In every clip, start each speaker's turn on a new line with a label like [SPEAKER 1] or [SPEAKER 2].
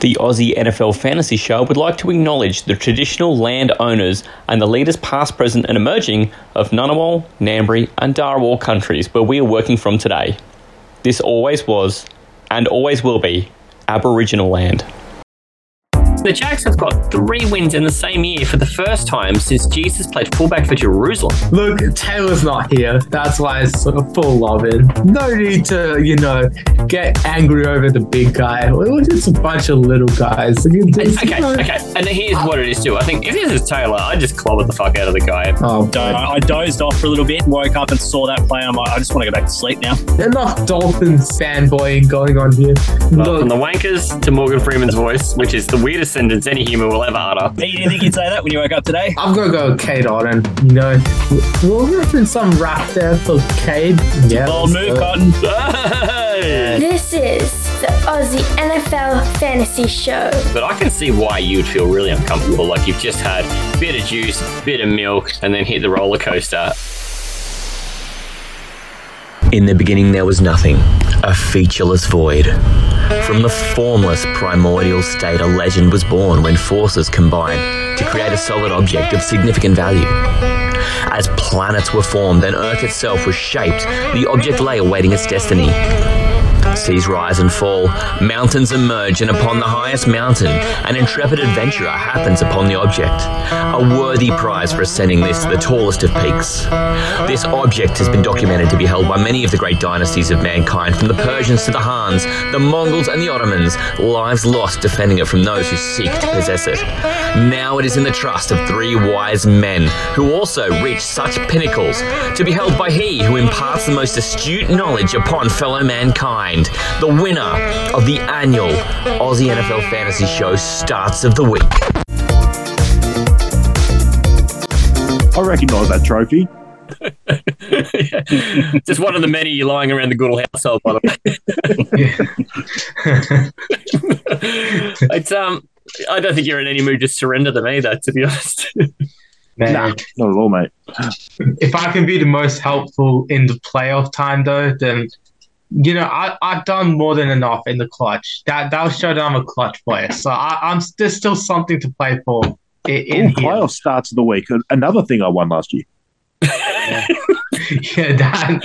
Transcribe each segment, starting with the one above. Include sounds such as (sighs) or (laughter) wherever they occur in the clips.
[SPEAKER 1] The Aussie NFL Fantasy Show would like to acknowledge the traditional land owners and the leaders past, present, and emerging of Ngunnawal, Ngambri, and Darawal countries where we are working from today. This always was, and always will be, Aboriginal land. The Jacks have got three wins in the same year for the first time since Jesus played fullback for Jerusalem.
[SPEAKER 2] Look, Taylor's not here. That's why it's sort of full of it. No need to, you know, get angry over the big guy. We're just a bunch of little guys. You just,
[SPEAKER 1] Okay,
[SPEAKER 2] you know-
[SPEAKER 1] okay, and here's what it is too. I think if this is Taylor, I just clobbered the fuck out of the guy.
[SPEAKER 2] Oh,
[SPEAKER 3] So I, I dozed off for a little bit, woke up and saw that play. I'm like, I just want to go back to sleep now.
[SPEAKER 2] enough Dolphins fanboying going on here.
[SPEAKER 1] Well, from
[SPEAKER 2] Look,
[SPEAKER 1] the wankers to Morgan Freeman's voice, which is the weirdest sentence any human will ever utter.
[SPEAKER 3] Hey, you didn't think you'd say that when you woke up today?
[SPEAKER 2] I'm gonna go with Cade Otten. You know, we'll in some rap there for Cade. Yeah,
[SPEAKER 3] Bold
[SPEAKER 2] let's
[SPEAKER 3] move,
[SPEAKER 2] go.
[SPEAKER 3] Cotton.
[SPEAKER 1] Hey!
[SPEAKER 4] This is the Aussie NFL Fantasy Show.
[SPEAKER 1] But I can see why you'd feel really uncomfortable. Like you've just had a bit of juice, bit of milk, and then hit the roller coaster.
[SPEAKER 5] In the beginning, there was nothing, a featureless void. From the formless primordial state, a legend was born when forces combined to create a solid object of significant value. As planets were formed and Earth itself was shaped, the object lay awaiting its destiny. Seas rise and fall, mountains emerge, and upon the highest mountain, an intrepid adventurer happens upon the object. A worthy prize for ascending this, the tallest of peaks. This object has been documented to be held by many of the great dynasties of mankind, from the Persians to the Hans, the Mongols, and the Ottomans, lives lost defending it from those who seek to possess it. Now it is in the trust of three wise men who also reach such pinnacles to be held by he who imparts the most astute knowledge upon fellow mankind. The winner of the annual Aussie NFL Fantasy Show Starts of the Week.
[SPEAKER 6] I recognise that trophy.
[SPEAKER 1] (laughs) just one of the many lying around the Goodall household, by the way. (laughs) it's um, I don't think you're in any mood to surrender them either, to be honest. (laughs)
[SPEAKER 2] Man.
[SPEAKER 6] Nah, not at all, mate.
[SPEAKER 2] if I can be the most helpful in the playoff time though, then you know I I've done more than enough in the clutch. That that'll show that I'm a clutch player. So I, I'm there's still something to play for i- in,
[SPEAKER 6] All
[SPEAKER 2] in here.
[SPEAKER 6] playoff starts of the week. Another thing I won last year.
[SPEAKER 2] (laughs) Yeah, that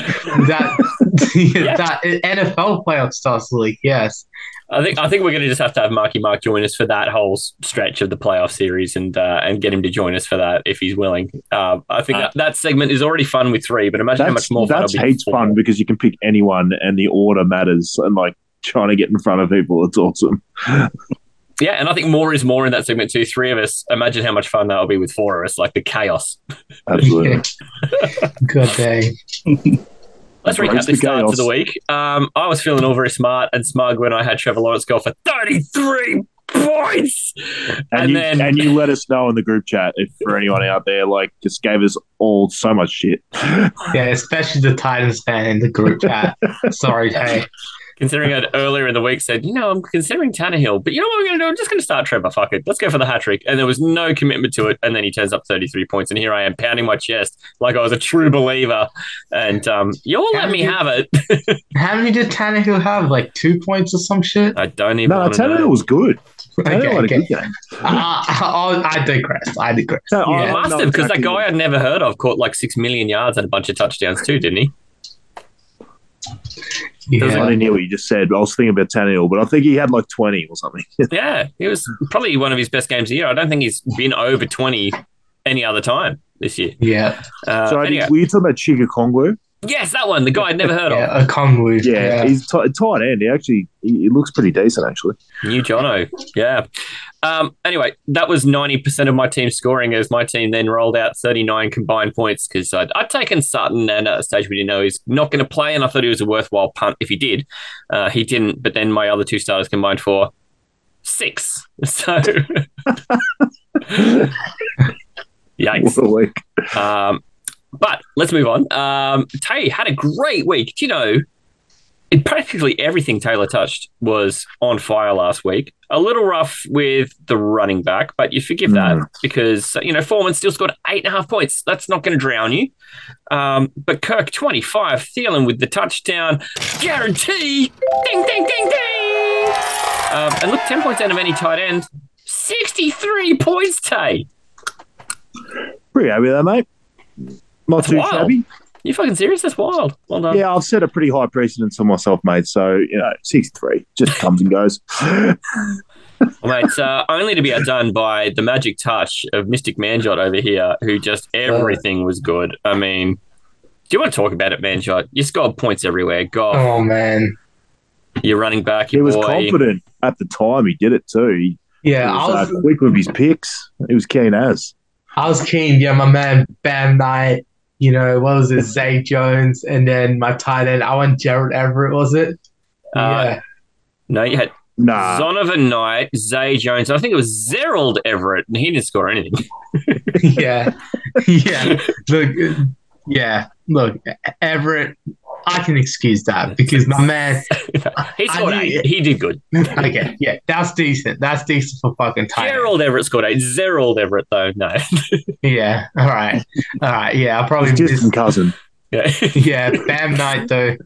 [SPEAKER 2] that (laughs) yeah, that NFL playoff starts the league. Yes,
[SPEAKER 1] I think I think we're going to just have to have Marky Mark join us for that whole s- stretch of the playoff series, and uh, and get him to join us for that if he's willing. Uh, I think that, that segment is already fun with three, but imagine how
[SPEAKER 6] That's,
[SPEAKER 1] much more fun.
[SPEAKER 6] that's
[SPEAKER 1] it'll be
[SPEAKER 6] heaps
[SPEAKER 1] with four.
[SPEAKER 6] fun because you can pick anyone and the order matters and like trying to get in front of people. It's awesome.
[SPEAKER 1] Yeah, and I think more is more in that segment too. Three of us. Imagine how much fun that'll be with four of us, like the chaos. (laughs)
[SPEAKER 6] Absolutely.
[SPEAKER 2] (laughs) good day.
[SPEAKER 1] Let's
[SPEAKER 6] Embrace
[SPEAKER 1] recap the starts of
[SPEAKER 6] the chaos.
[SPEAKER 1] the week. Um, I was feeling all very smart and smug when I had Trevor Lawrence go for 33 points. And,
[SPEAKER 6] And, you,
[SPEAKER 1] then
[SPEAKER 6] and you let us know in the group chat if for anyone out there, like just gave us all so much shit.
[SPEAKER 1] (laughs)
[SPEAKER 2] Yeah, especially the Titans fan in the group chat. Sorry, hey,
[SPEAKER 1] considering I'd earlier in the week said, you know, I'm considering Tannehill, but you know what I'm going to do? I'm just going to start Trevor. Fuck it. Let's go for the hat trick. And there was no commitment to it. And then he turns up 33 points. And here I am pounding my chest like I was a true believer. And um, you all let me have it.
[SPEAKER 2] how many did Tannehill have? Like two points or some shit.
[SPEAKER 1] I don't even
[SPEAKER 6] No,
[SPEAKER 1] want to
[SPEAKER 6] Tannehill
[SPEAKER 1] know.
[SPEAKER 6] was good.
[SPEAKER 2] (laughs)
[SPEAKER 6] Tannehill
[SPEAKER 2] Okay,
[SPEAKER 6] had a
[SPEAKER 2] okay.
[SPEAKER 6] good game.
[SPEAKER 2] I, Uh, oh, I, I digress. I digress.
[SPEAKER 6] No,
[SPEAKER 2] Yeah.
[SPEAKER 6] I-
[SPEAKER 1] I
[SPEAKER 6] I
[SPEAKER 1] must
[SPEAKER 6] know
[SPEAKER 1] have, because
[SPEAKER 6] exactly
[SPEAKER 1] that guy
[SPEAKER 6] what-
[SPEAKER 1] I'd never heard of caught like 6 million yards and a bunch of touchdowns too, didn't he?
[SPEAKER 2] Yeah.
[SPEAKER 6] I didn't hear what you just said. I was thinking about Tannehill, but I think he had like 20 or something.
[SPEAKER 1] Yeah, it was probably one of his best games of the year. I don't think he's been over 20 any other time this year.
[SPEAKER 2] Yeah,
[SPEAKER 1] Uh,
[SPEAKER 6] so I
[SPEAKER 1] anyway.
[SPEAKER 6] think, were you talking about Chiga Kongwu?
[SPEAKER 1] yes, that one, the guy I'd never heard of.
[SPEAKER 2] yeah, a Kongwu.
[SPEAKER 6] Yeah, he's t- tight end. He actually he, he looks pretty decent, actually. (laughs)
[SPEAKER 1] New Jono. Yeah. Um, anyway, that was 90% of my team scoring as my team then rolled out 39 combined points because I'd, I'd taken Sutton and at a stage we didn't know he's not going to play. And I thought it was a worthwhile punt if he did. Uh, he didn't, but then my other two starters combined for six. (laughs) So. Yikes.
[SPEAKER 6] What a week.
[SPEAKER 1] Um, but let's move on. Um, Tay had a great week. Do you know? It, practically everything Taylor touched was on fire last week. A little rough with the running back, but you forgive that because you know Foreman still scored eight and a half points. That's not going to drown you. Um, but Kirk twenty five, Thielen with the touchdown, guarantee. Ding ding ding ding. Um, and look, 10 points out of any tight end. 63 points, Tay.
[SPEAKER 6] Pretty happy with that, mate. Not
[SPEAKER 1] That's
[SPEAKER 6] too
[SPEAKER 1] wild.
[SPEAKER 6] shabby.
[SPEAKER 1] You fucking serious? That's wild. Well done.
[SPEAKER 6] yeah, I've set a pretty high precedence for myself, mate. So, you know, 63 just comes
[SPEAKER 1] (laughs)
[SPEAKER 6] and goes.
[SPEAKER 1] Well, mate, uh, only to be outdone by the magic touch of Mystic Manjot over here, who just
[SPEAKER 6] Uh.
[SPEAKER 1] everything was good. I mean, do you want to talk about it, Manjot? You scored points everywhere. God,
[SPEAKER 5] Oh man.
[SPEAKER 1] you're running back.
[SPEAKER 6] He
[SPEAKER 1] Your
[SPEAKER 6] was
[SPEAKER 1] boy.
[SPEAKER 6] confident at the time he did it too. He
[SPEAKER 5] Yeah, I
[SPEAKER 6] was, uh,
[SPEAKER 5] was
[SPEAKER 6] quick with his picks. He was keen as.
[SPEAKER 5] I was keen. Yeah, my man Bam Knight. You know what was it? Zay Jones, and then my tight end. I went Jared Everett. Was it?
[SPEAKER 1] Uh, No, you had
[SPEAKER 6] Nah.
[SPEAKER 1] Zonovan Knight, Zay Jones. I think it was Zerald Everett, and he didn't score anything. (laughs)
[SPEAKER 5] yeah, (laughs) yeah, yeah. Look, uh, yeah, look, Everett. I can excuse that because my man.
[SPEAKER 1] he scored
[SPEAKER 5] knew
[SPEAKER 1] eight.
[SPEAKER 5] it.
[SPEAKER 1] He did good.
[SPEAKER 5] Okay, yeah, that's decent. That's decent for fucking tight. end.
[SPEAKER 1] Gerald Everett scored eight. Zerald Everett, though, no. (laughs)
[SPEAKER 5] Yeah. All right. All right. Yeah. I probably
[SPEAKER 6] Just
[SPEAKER 5] missed-
[SPEAKER 1] (laughs)
[SPEAKER 6] some cousin.
[SPEAKER 1] yeah.
[SPEAKER 5] (laughs) yeah, Bam Knight though.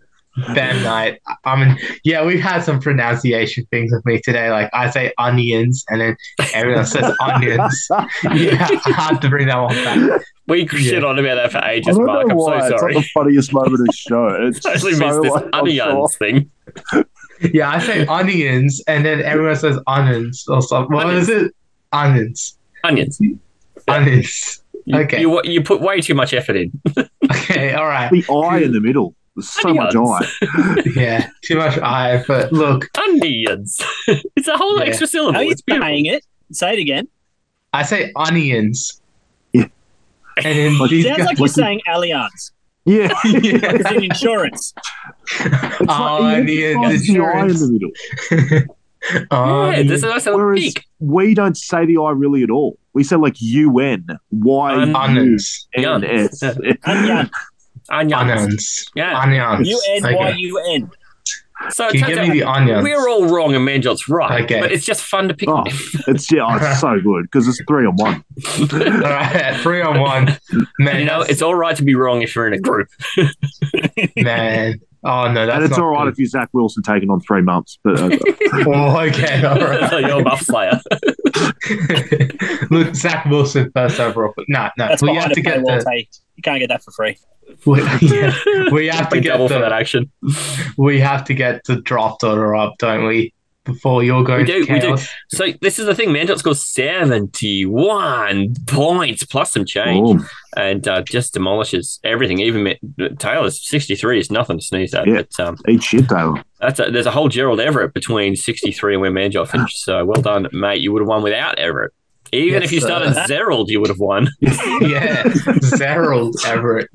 [SPEAKER 5] Bam Knight. I- I mean, yeah, we've had some pronunciation things with me today. Like I say onions, and then everyone says onions. Yeah, I had to bring that one back.
[SPEAKER 1] We shit on about that for
[SPEAKER 6] I
[SPEAKER 1] ages,
[SPEAKER 6] don't
[SPEAKER 1] Mark.
[SPEAKER 6] know
[SPEAKER 1] I'm
[SPEAKER 6] why
[SPEAKER 1] so
[SPEAKER 6] it's not
[SPEAKER 1] sorry.
[SPEAKER 6] the funniest moment of
[SPEAKER 1] (laughs)
[SPEAKER 6] the show. It's
[SPEAKER 1] I totally
[SPEAKER 6] (laughs) so
[SPEAKER 1] missed this
[SPEAKER 6] like, oh,
[SPEAKER 1] onions thing.
[SPEAKER 5] Yeah, I say onions, and then everyone says onions or something. What is it? Onions.
[SPEAKER 1] Onions.
[SPEAKER 5] Onions.
[SPEAKER 1] You-
[SPEAKER 5] Okay.
[SPEAKER 1] You, you put way too much effort in.
[SPEAKER 5] Okay. All right.
[SPEAKER 6] The eye in the middle. There's so much
[SPEAKER 1] Onions.
[SPEAKER 6] eye.
[SPEAKER 5] Yeah. Too much eye, but look,
[SPEAKER 1] Onions. (laughs) it's a whole
[SPEAKER 5] Yeah.
[SPEAKER 1] extra syllable.
[SPEAKER 7] How are you
[SPEAKER 1] It's beautiful.
[SPEAKER 7] saying it? Say it again.
[SPEAKER 5] I say onions.
[SPEAKER 6] Yeah.
[SPEAKER 5] And then
[SPEAKER 1] (laughs)
[SPEAKER 5] these
[SPEAKER 7] Sounds like you're saying Allianz.
[SPEAKER 6] Yeah.
[SPEAKER 5] guys- Yeah.
[SPEAKER 7] It's an insurance.
[SPEAKER 6] It's like,
[SPEAKER 5] and the-
[SPEAKER 6] it's
[SPEAKER 5] the
[SPEAKER 6] like the eye in the
[SPEAKER 5] Oh, insurance.
[SPEAKER 6] middle.
[SPEAKER 1] Yeah,
[SPEAKER 5] Onions.
[SPEAKER 1] this is sound
[SPEAKER 6] Whereas
[SPEAKER 1] peak.
[SPEAKER 6] we don't say the I really at all. We say like UN,
[SPEAKER 1] Un-
[SPEAKER 6] Y,
[SPEAKER 5] onions.
[SPEAKER 6] U, N, S.
[SPEAKER 5] (laughs)
[SPEAKER 7] Onion.
[SPEAKER 1] Onions.
[SPEAKER 5] Onions.
[SPEAKER 1] Yeah.
[SPEAKER 5] Onions.
[SPEAKER 7] U N Y
[SPEAKER 5] Okay.
[SPEAKER 7] U N.
[SPEAKER 1] So
[SPEAKER 5] Can you
[SPEAKER 1] it
[SPEAKER 5] give
[SPEAKER 1] turns
[SPEAKER 5] me the
[SPEAKER 1] out
[SPEAKER 5] onions?
[SPEAKER 1] we're all wrong and Manjot's right.
[SPEAKER 5] Okay.
[SPEAKER 1] But it's just fun to pick.
[SPEAKER 6] Oh, it's yeah, oh, it's so good because it's three on one.
[SPEAKER 5] all right, three on one.
[SPEAKER 1] (laughs)
[SPEAKER 5] Man,
[SPEAKER 1] you know, it's all right to be wrong if you're in a group.
[SPEAKER 5] (laughs) man. Oh no, that's
[SPEAKER 6] and it's
[SPEAKER 5] not
[SPEAKER 6] all right if
[SPEAKER 5] good.
[SPEAKER 6] you Zach Wilson taking on three months.
[SPEAKER 5] (laughs)
[SPEAKER 6] But uh,
[SPEAKER 5] Oh, okay, all
[SPEAKER 1] (laughs) so
[SPEAKER 5] right.
[SPEAKER 1] you're a buff player.
[SPEAKER 5] Look, Zach Wilson first overall. But no, no,
[SPEAKER 7] That's
[SPEAKER 5] we
[SPEAKER 7] behind
[SPEAKER 5] have to
[SPEAKER 7] a
[SPEAKER 5] get
[SPEAKER 7] paywall,
[SPEAKER 5] the.
[SPEAKER 7] Tay. You can't get that for free.
[SPEAKER 5] (laughs) We, yeah, we (laughs) have to
[SPEAKER 1] Pay
[SPEAKER 5] get
[SPEAKER 1] double for that
[SPEAKER 5] the.
[SPEAKER 1] action.
[SPEAKER 5] We have to get the draft order up, don't we? Before you're going
[SPEAKER 1] do,
[SPEAKER 5] to
[SPEAKER 1] we do.
[SPEAKER 5] chaos. (laughs)
[SPEAKER 1] So this is the thing. Manjot scores 71 points plus some change.
[SPEAKER 6] oh,
[SPEAKER 1] and uh, just demolishes everything. Even Ma- Taylor's 63 is nothing to sneeze at.
[SPEAKER 6] Yeah.
[SPEAKER 1] But um,
[SPEAKER 6] eat shit, Taylor.
[SPEAKER 1] that's a, there's a whole Gerald Everett between 63 and where
[SPEAKER 5] (laughs)
[SPEAKER 1] Manjot finished. So well done, mate. You would have won without Everett. Even
[SPEAKER 5] Yes,
[SPEAKER 1] if you
[SPEAKER 5] sir.
[SPEAKER 1] started
[SPEAKER 5] (laughs)
[SPEAKER 1] Zerald, you would have won. (laughs)
[SPEAKER 5] Yeah, Zerald Everett.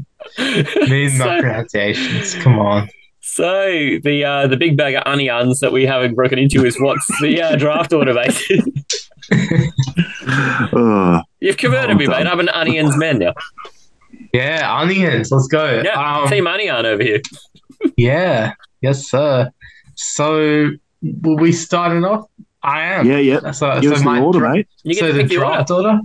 [SPEAKER 1] (laughs)
[SPEAKER 5] Mean my pronunciations. Come on.
[SPEAKER 1] so the uh, the big bag of onions that we haven't broken into is what's the
[SPEAKER 5] (laughs)
[SPEAKER 1] uh, draft order, mate. (laughs)
[SPEAKER 6] Uh,
[SPEAKER 1] You've converted me, mate. I'm an onions man
[SPEAKER 5] (laughs)
[SPEAKER 1] now.
[SPEAKER 5] Yeah, onions. Let's go.
[SPEAKER 1] Yeah,
[SPEAKER 5] Um,
[SPEAKER 1] team onion over here.
[SPEAKER 5] Yeah. Yes, sir. So will we start it off? I am.
[SPEAKER 6] yeah, yeah.
[SPEAKER 5] So,
[SPEAKER 6] Give
[SPEAKER 5] so
[SPEAKER 6] us
[SPEAKER 5] my
[SPEAKER 6] the order,
[SPEAKER 5] dra-
[SPEAKER 6] mate.
[SPEAKER 1] You get
[SPEAKER 5] so
[SPEAKER 1] to
[SPEAKER 5] the
[SPEAKER 1] pick the order.
[SPEAKER 5] draft order.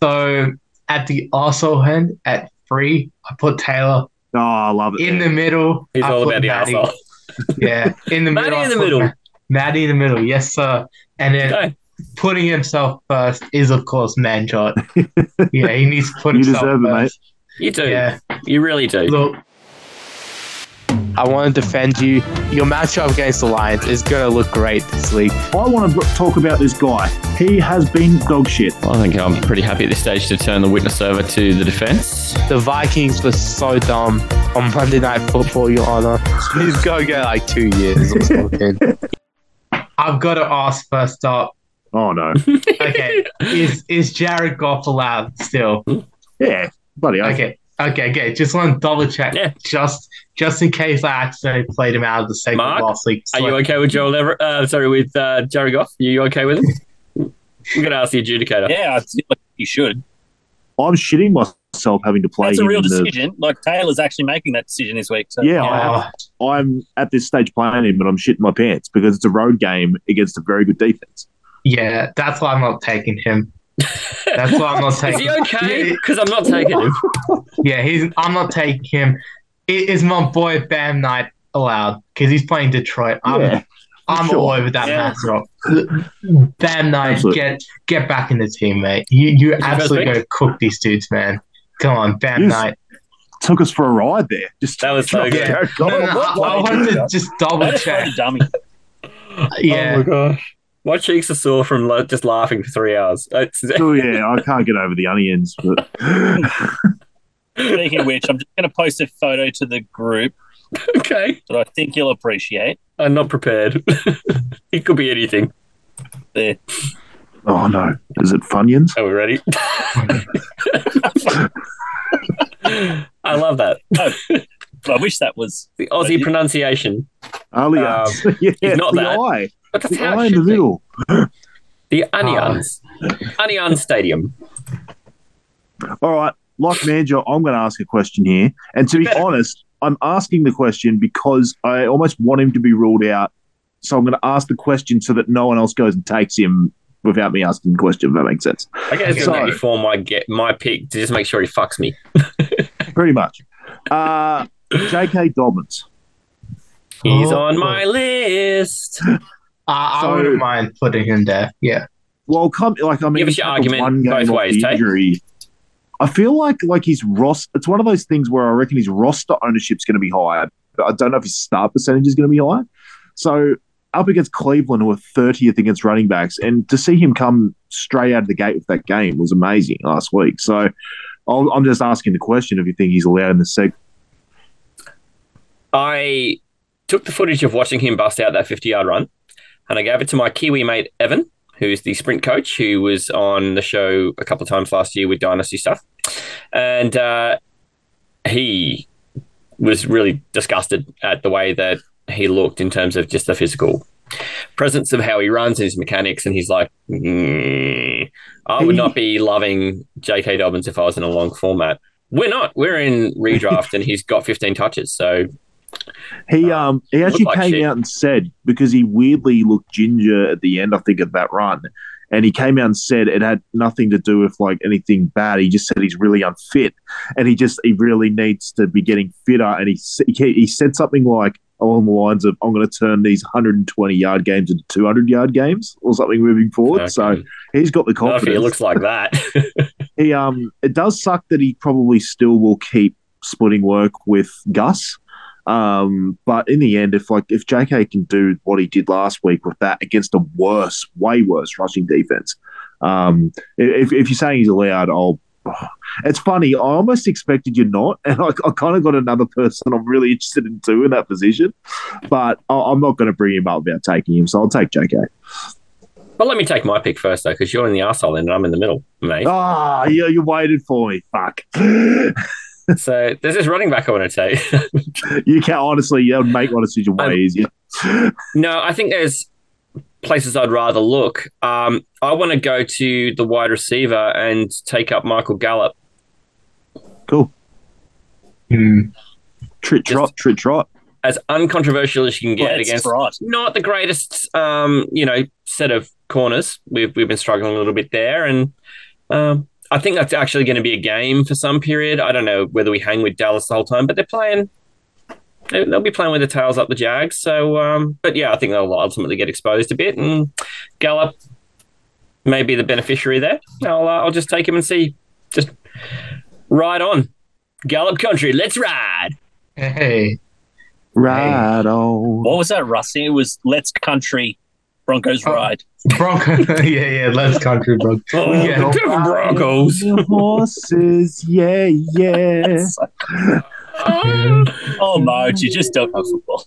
[SPEAKER 5] So at the arsehole end at three, I put Taylor
[SPEAKER 6] Oh, I love it.
[SPEAKER 5] in the
[SPEAKER 6] man.
[SPEAKER 5] middle.
[SPEAKER 1] He's
[SPEAKER 5] I
[SPEAKER 1] all
[SPEAKER 5] put
[SPEAKER 1] about the
[SPEAKER 5] Maddie.
[SPEAKER 1] arsehole.
[SPEAKER 5] Yeah,
[SPEAKER 1] (laughs)
[SPEAKER 5] in the
[SPEAKER 1] Maddie
[SPEAKER 5] middle. I
[SPEAKER 1] in the
[SPEAKER 5] put
[SPEAKER 1] middle.
[SPEAKER 5] Ma- Maddie in the middle. Yes, sir. And then
[SPEAKER 1] Okay.
[SPEAKER 5] putting himself first is of course
[SPEAKER 6] (laughs)
[SPEAKER 5] Manjot. yeah, he needs to put
[SPEAKER 6] You
[SPEAKER 5] himself
[SPEAKER 6] deserve it, mate.
[SPEAKER 5] first.
[SPEAKER 1] You do.
[SPEAKER 5] Yeah.
[SPEAKER 1] You really do.
[SPEAKER 5] Look, I want to defend you. Your matchup against the Lions is going to look great this league.
[SPEAKER 6] I want to talk about this guy. He has been dog shit.
[SPEAKER 8] I think I'm pretty happy at this stage to turn the witness over to the defence.
[SPEAKER 5] The Vikings were so dumb on Monday Night Football, Your Honor. He's going to get like two years or (laughs) something. I've got to ask first up. (laughs)
[SPEAKER 6] Oh no.
[SPEAKER 5] Okay, is is Jared Goff allowed still?
[SPEAKER 6] Yeah, bloody hell.
[SPEAKER 5] Okay, okay, okay. Just want to double check,
[SPEAKER 1] Yeah.
[SPEAKER 5] just just in case I accidentally played him out of the segment
[SPEAKER 1] Mark,
[SPEAKER 5] last week.
[SPEAKER 1] Are you
[SPEAKER 5] So-
[SPEAKER 1] okay with Joel Everett? Uh, sorry, with uh, Jerry Goff? Are you okay with him?
[SPEAKER 5] (laughs)
[SPEAKER 1] I'm going to ask the adjudicator.
[SPEAKER 7] Yeah, I feel like you should.
[SPEAKER 6] I'm shitting myself having to play
[SPEAKER 7] That's a
[SPEAKER 6] him
[SPEAKER 7] real
[SPEAKER 6] in the-
[SPEAKER 7] decision. Like Taylor's actually making that decision this week. So
[SPEAKER 6] Yeah, I
[SPEAKER 5] Oh,
[SPEAKER 6] I'm at this stage playing him, but I'm shitting my pants because it's a road game against a very good defense.
[SPEAKER 5] yeah, that's why I'm not taking him. That's why I'm not
[SPEAKER 1] (laughs) Is
[SPEAKER 5] taking.
[SPEAKER 1] he okay?
[SPEAKER 5] Yeah.
[SPEAKER 1] Because I'm not taking him.
[SPEAKER 5] Yeah, he's. I'm not taking
[SPEAKER 6] Um,
[SPEAKER 5] him. It is my boy Bam Knight allowed because he's playing Detroit. I'm,
[SPEAKER 6] Yeah.
[SPEAKER 5] I'm
[SPEAKER 6] Sure.
[SPEAKER 5] all over that
[SPEAKER 1] Yeah.
[SPEAKER 6] (laughs)
[SPEAKER 5] matchup. Bam Knight,
[SPEAKER 6] Absolutely.
[SPEAKER 5] get get back in the team, mate. You you
[SPEAKER 1] your
[SPEAKER 5] absolutely
[SPEAKER 1] first
[SPEAKER 5] gotta cook these dudes, man. Come on, Bam
[SPEAKER 6] Yes.
[SPEAKER 5] Knight.
[SPEAKER 6] Took us for a ride
[SPEAKER 1] (laughs)
[SPEAKER 6] there.
[SPEAKER 1] (laughs)
[SPEAKER 6] Just
[SPEAKER 1] That was so
[SPEAKER 6] Yeah. (laughs)
[SPEAKER 1] good.
[SPEAKER 5] No, no, no, I, I wanted to just double
[SPEAKER 7] That is
[SPEAKER 5] check.
[SPEAKER 7] a (laughs) dummy.
[SPEAKER 5] Yeah.
[SPEAKER 8] gosh.
[SPEAKER 1] My cheeks are sore from lo- just laughing for three hours. Uh, It's-
[SPEAKER 6] Oh yeah, I can't get over the onions, but (gasps) oh,
[SPEAKER 7] Speaking of which, I'm just going to post a photo to the group
[SPEAKER 1] okay,
[SPEAKER 7] that I think you'll appreciate.
[SPEAKER 1] I'm not prepared. (laughs) it could be anything.
[SPEAKER 7] There.
[SPEAKER 6] oh no, is it Funyuns?
[SPEAKER 1] Are we ready? (laughs) I love that.
[SPEAKER 7] I wish that was.
[SPEAKER 1] The Aussie pronunciation.
[SPEAKER 6] Aliens. Uh, (laughs) yeah,
[SPEAKER 1] Um, not
[SPEAKER 6] the
[SPEAKER 1] that.
[SPEAKER 6] eye,
[SPEAKER 1] But that's
[SPEAKER 6] the
[SPEAKER 1] how
[SPEAKER 6] eye
[SPEAKER 1] it
[SPEAKER 6] in the
[SPEAKER 1] should be.
[SPEAKER 6] middle. Ah.
[SPEAKER 1] The Onions. Onion Stadium.
[SPEAKER 6] All right, like Manjo, I'm going to ask a question here, and to be
[SPEAKER 1] Better.
[SPEAKER 6] honest, I'm asking the question because I almost want him to be ruled out. So I'm going to ask the question so that no one else goes and takes him without me asking the question. If that makes sense.
[SPEAKER 1] I guess it's going
[SPEAKER 6] Sorry.
[SPEAKER 1] to before my get my pick to just make sure he fucks me.
[SPEAKER 6] Pretty much. Uh, J.K. Dobbins.
[SPEAKER 1] He's
[SPEAKER 5] Oh.
[SPEAKER 1] on my list.
[SPEAKER 5] I, I
[SPEAKER 6] So-
[SPEAKER 5] wouldn't mind putting him there. Yeah.
[SPEAKER 6] Well, come like I mean,
[SPEAKER 1] Give us your
[SPEAKER 6] like a
[SPEAKER 1] argument
[SPEAKER 6] one-game
[SPEAKER 1] both
[SPEAKER 6] off
[SPEAKER 1] ways,
[SPEAKER 6] the
[SPEAKER 1] Tate.
[SPEAKER 6] injury. I feel like like his Ross. It's one of those things where I reckon his roster ownership's going to be higher, but I don't know if his start percentage is going to be higher. So up against Cleveland, who are thirtieth against running backs, and to see him come straight out of the gate with that game was amazing last week. So I'll, I'm just asking the question: if you think he's allowed in the seg?
[SPEAKER 1] I took the footage of watching him bust out that 50 yard run and I gave it to my Kiwi mate, Evan, who's the sprint coach who was on the show a couple of times last year with Dynasty stuff. And uh, he was really disgusted at the way that he looked in terms of just the physical presence of how he runs and his mechanics. And he's like, "Mm, I would not be loving J.K. Dobbins if I was in a long format. We're not. We're in redraft, and he's got 15 touches. So
[SPEAKER 6] He um he actually
[SPEAKER 1] Uh, like
[SPEAKER 6] came
[SPEAKER 1] shit.
[SPEAKER 6] out and said because he weirdly looked ginger at the end, I think, of that run. And he came out and said it had nothing to do with like anything bad. He just said he's really unfit, and he just he really needs to be getting fitter. And he s- he, he said something like along the lines of "I'm going to turn these 120 yard games into 200 yard games" or something moving forward. So
[SPEAKER 1] Okay.
[SPEAKER 6] he's got the
[SPEAKER 1] Not if
[SPEAKER 6] confidence
[SPEAKER 1] it looks like that. (laughs)
[SPEAKER 6] he um it does suck that he probably still will keep splitting work with Gus. Um, but in the end, if like if JK can do what he did last week with that against a worse, way worse rushing defense, um, if, if you're saying he's allowed, I'll. (sighs) It's funny. I almost expected you not, and I, I kind of got another person I'm really interested in too in that position. But I, I'm not going to bring him up without taking him, so I'll take JK.
[SPEAKER 1] Well, let me take my pick first, though, because you're in the arsehole and I'm in the middle, mate.
[SPEAKER 6] Ah, yeah, you waited for me. Fuck.
[SPEAKER 1] So there's this running back I want to take. (laughs)
[SPEAKER 6] You can honestly, that would make my decision way
[SPEAKER 1] I'm-
[SPEAKER 6] easier.
[SPEAKER 1] no, I think there's places I'd rather look. Um, I want to go to the wide receiver and take up Michael Gallup.
[SPEAKER 6] Cool.
[SPEAKER 5] Hmm.
[SPEAKER 6] Trit
[SPEAKER 1] Just-
[SPEAKER 6] trot, trit trot.
[SPEAKER 1] As uncontroversial as you can get
[SPEAKER 7] Let's
[SPEAKER 1] against
[SPEAKER 7] trot.
[SPEAKER 1] not the greatest, um, you know, set of corners. We've we've been struggling a little bit there, and um, I think that's actually going to be a game for some period. I don't know whether we hang with Dallas the whole time, but they're playing. they- They'll be playing with their tails up the Jags. So, um, but yeah, I think they'll ultimately get exposed a bit, and Gallup may be the beneficiary there. I'll uh, I'll just take him and see. Just ride on, Gallup country. Let's ride.
[SPEAKER 5] Hey.
[SPEAKER 6] Right on.
[SPEAKER 7] What was that, Rusty? It was Let's Country Broncos
[SPEAKER 5] Oh.
[SPEAKER 7] Ride.
[SPEAKER 5] Bronco (laughs) yeah, yeah, let's country Bronco. Yeah.
[SPEAKER 1] Denver (laughs) Broncos.
[SPEAKER 6] Horses, yeah, yeah.
[SPEAKER 7] That's so- Oh, Moj, you just don't know football.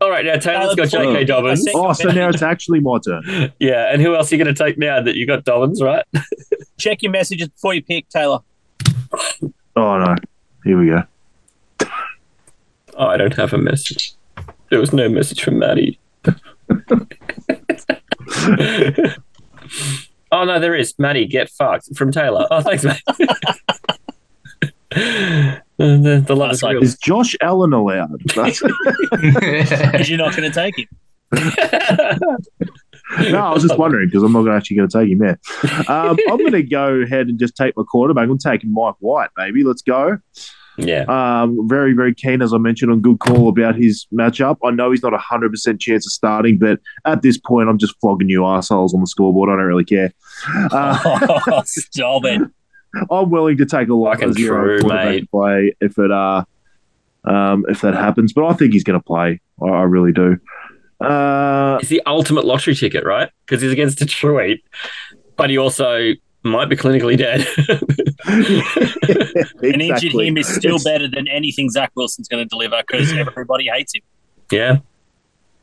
[SPEAKER 1] All right, now Taylor's got J.K. Dobbins.
[SPEAKER 7] I think-
[SPEAKER 6] Oh, so now it's actually my turn.
[SPEAKER 1] Yeah, and who else are you going to take now that you got Dobbins, right?
[SPEAKER 7] Check your messages before you pick, Taylor.
[SPEAKER 6] Oh, no. Here we go.
[SPEAKER 1] Oh, I don't have a message. There was no message from Maddie. (laughs) oh no, there is. Maddie, get fucked from Taylor. Oh, thanks, mate. (laughs) the, the, the love is real.
[SPEAKER 6] Is Josh Allen allowed? (laughs) That's-
[SPEAKER 7] because you're not going to take him.
[SPEAKER 6] no, I was just wondering because I'm not gonna actually going to take him there. Um, I'm going to go ahead and just take my quarterback. I'm taking Mike White, baby. Let's go.
[SPEAKER 1] Yeah.
[SPEAKER 6] Um, very, very keen, as I mentioned on Good Call, about his matchup. I know he's not a 100% chance of starting, but at this point, I'm just flogging you assholes on the scoreboard. I don't really care. Uh, (laughs)
[SPEAKER 7] (laughs) Oh, Stop it.
[SPEAKER 6] I'm willing to take a look
[SPEAKER 1] Fucking
[SPEAKER 6] at zero
[SPEAKER 1] true,
[SPEAKER 6] quarterback
[SPEAKER 1] mate.
[SPEAKER 6] play if it uh um, if that happens. But I think he's going to play. I, I really do. Uh,
[SPEAKER 7] (laughs)
[SPEAKER 1] It's the ultimate lottery ticket, right? Because he's against Detroit, but he also might be clinically dead. (laughs)
[SPEAKER 7] An injured
[SPEAKER 6] (laughs) exactly.
[SPEAKER 7] him is still
[SPEAKER 6] It's-
[SPEAKER 7] better than anything Zach Wilson's going to deliver because everybody hates him.
[SPEAKER 1] yeah.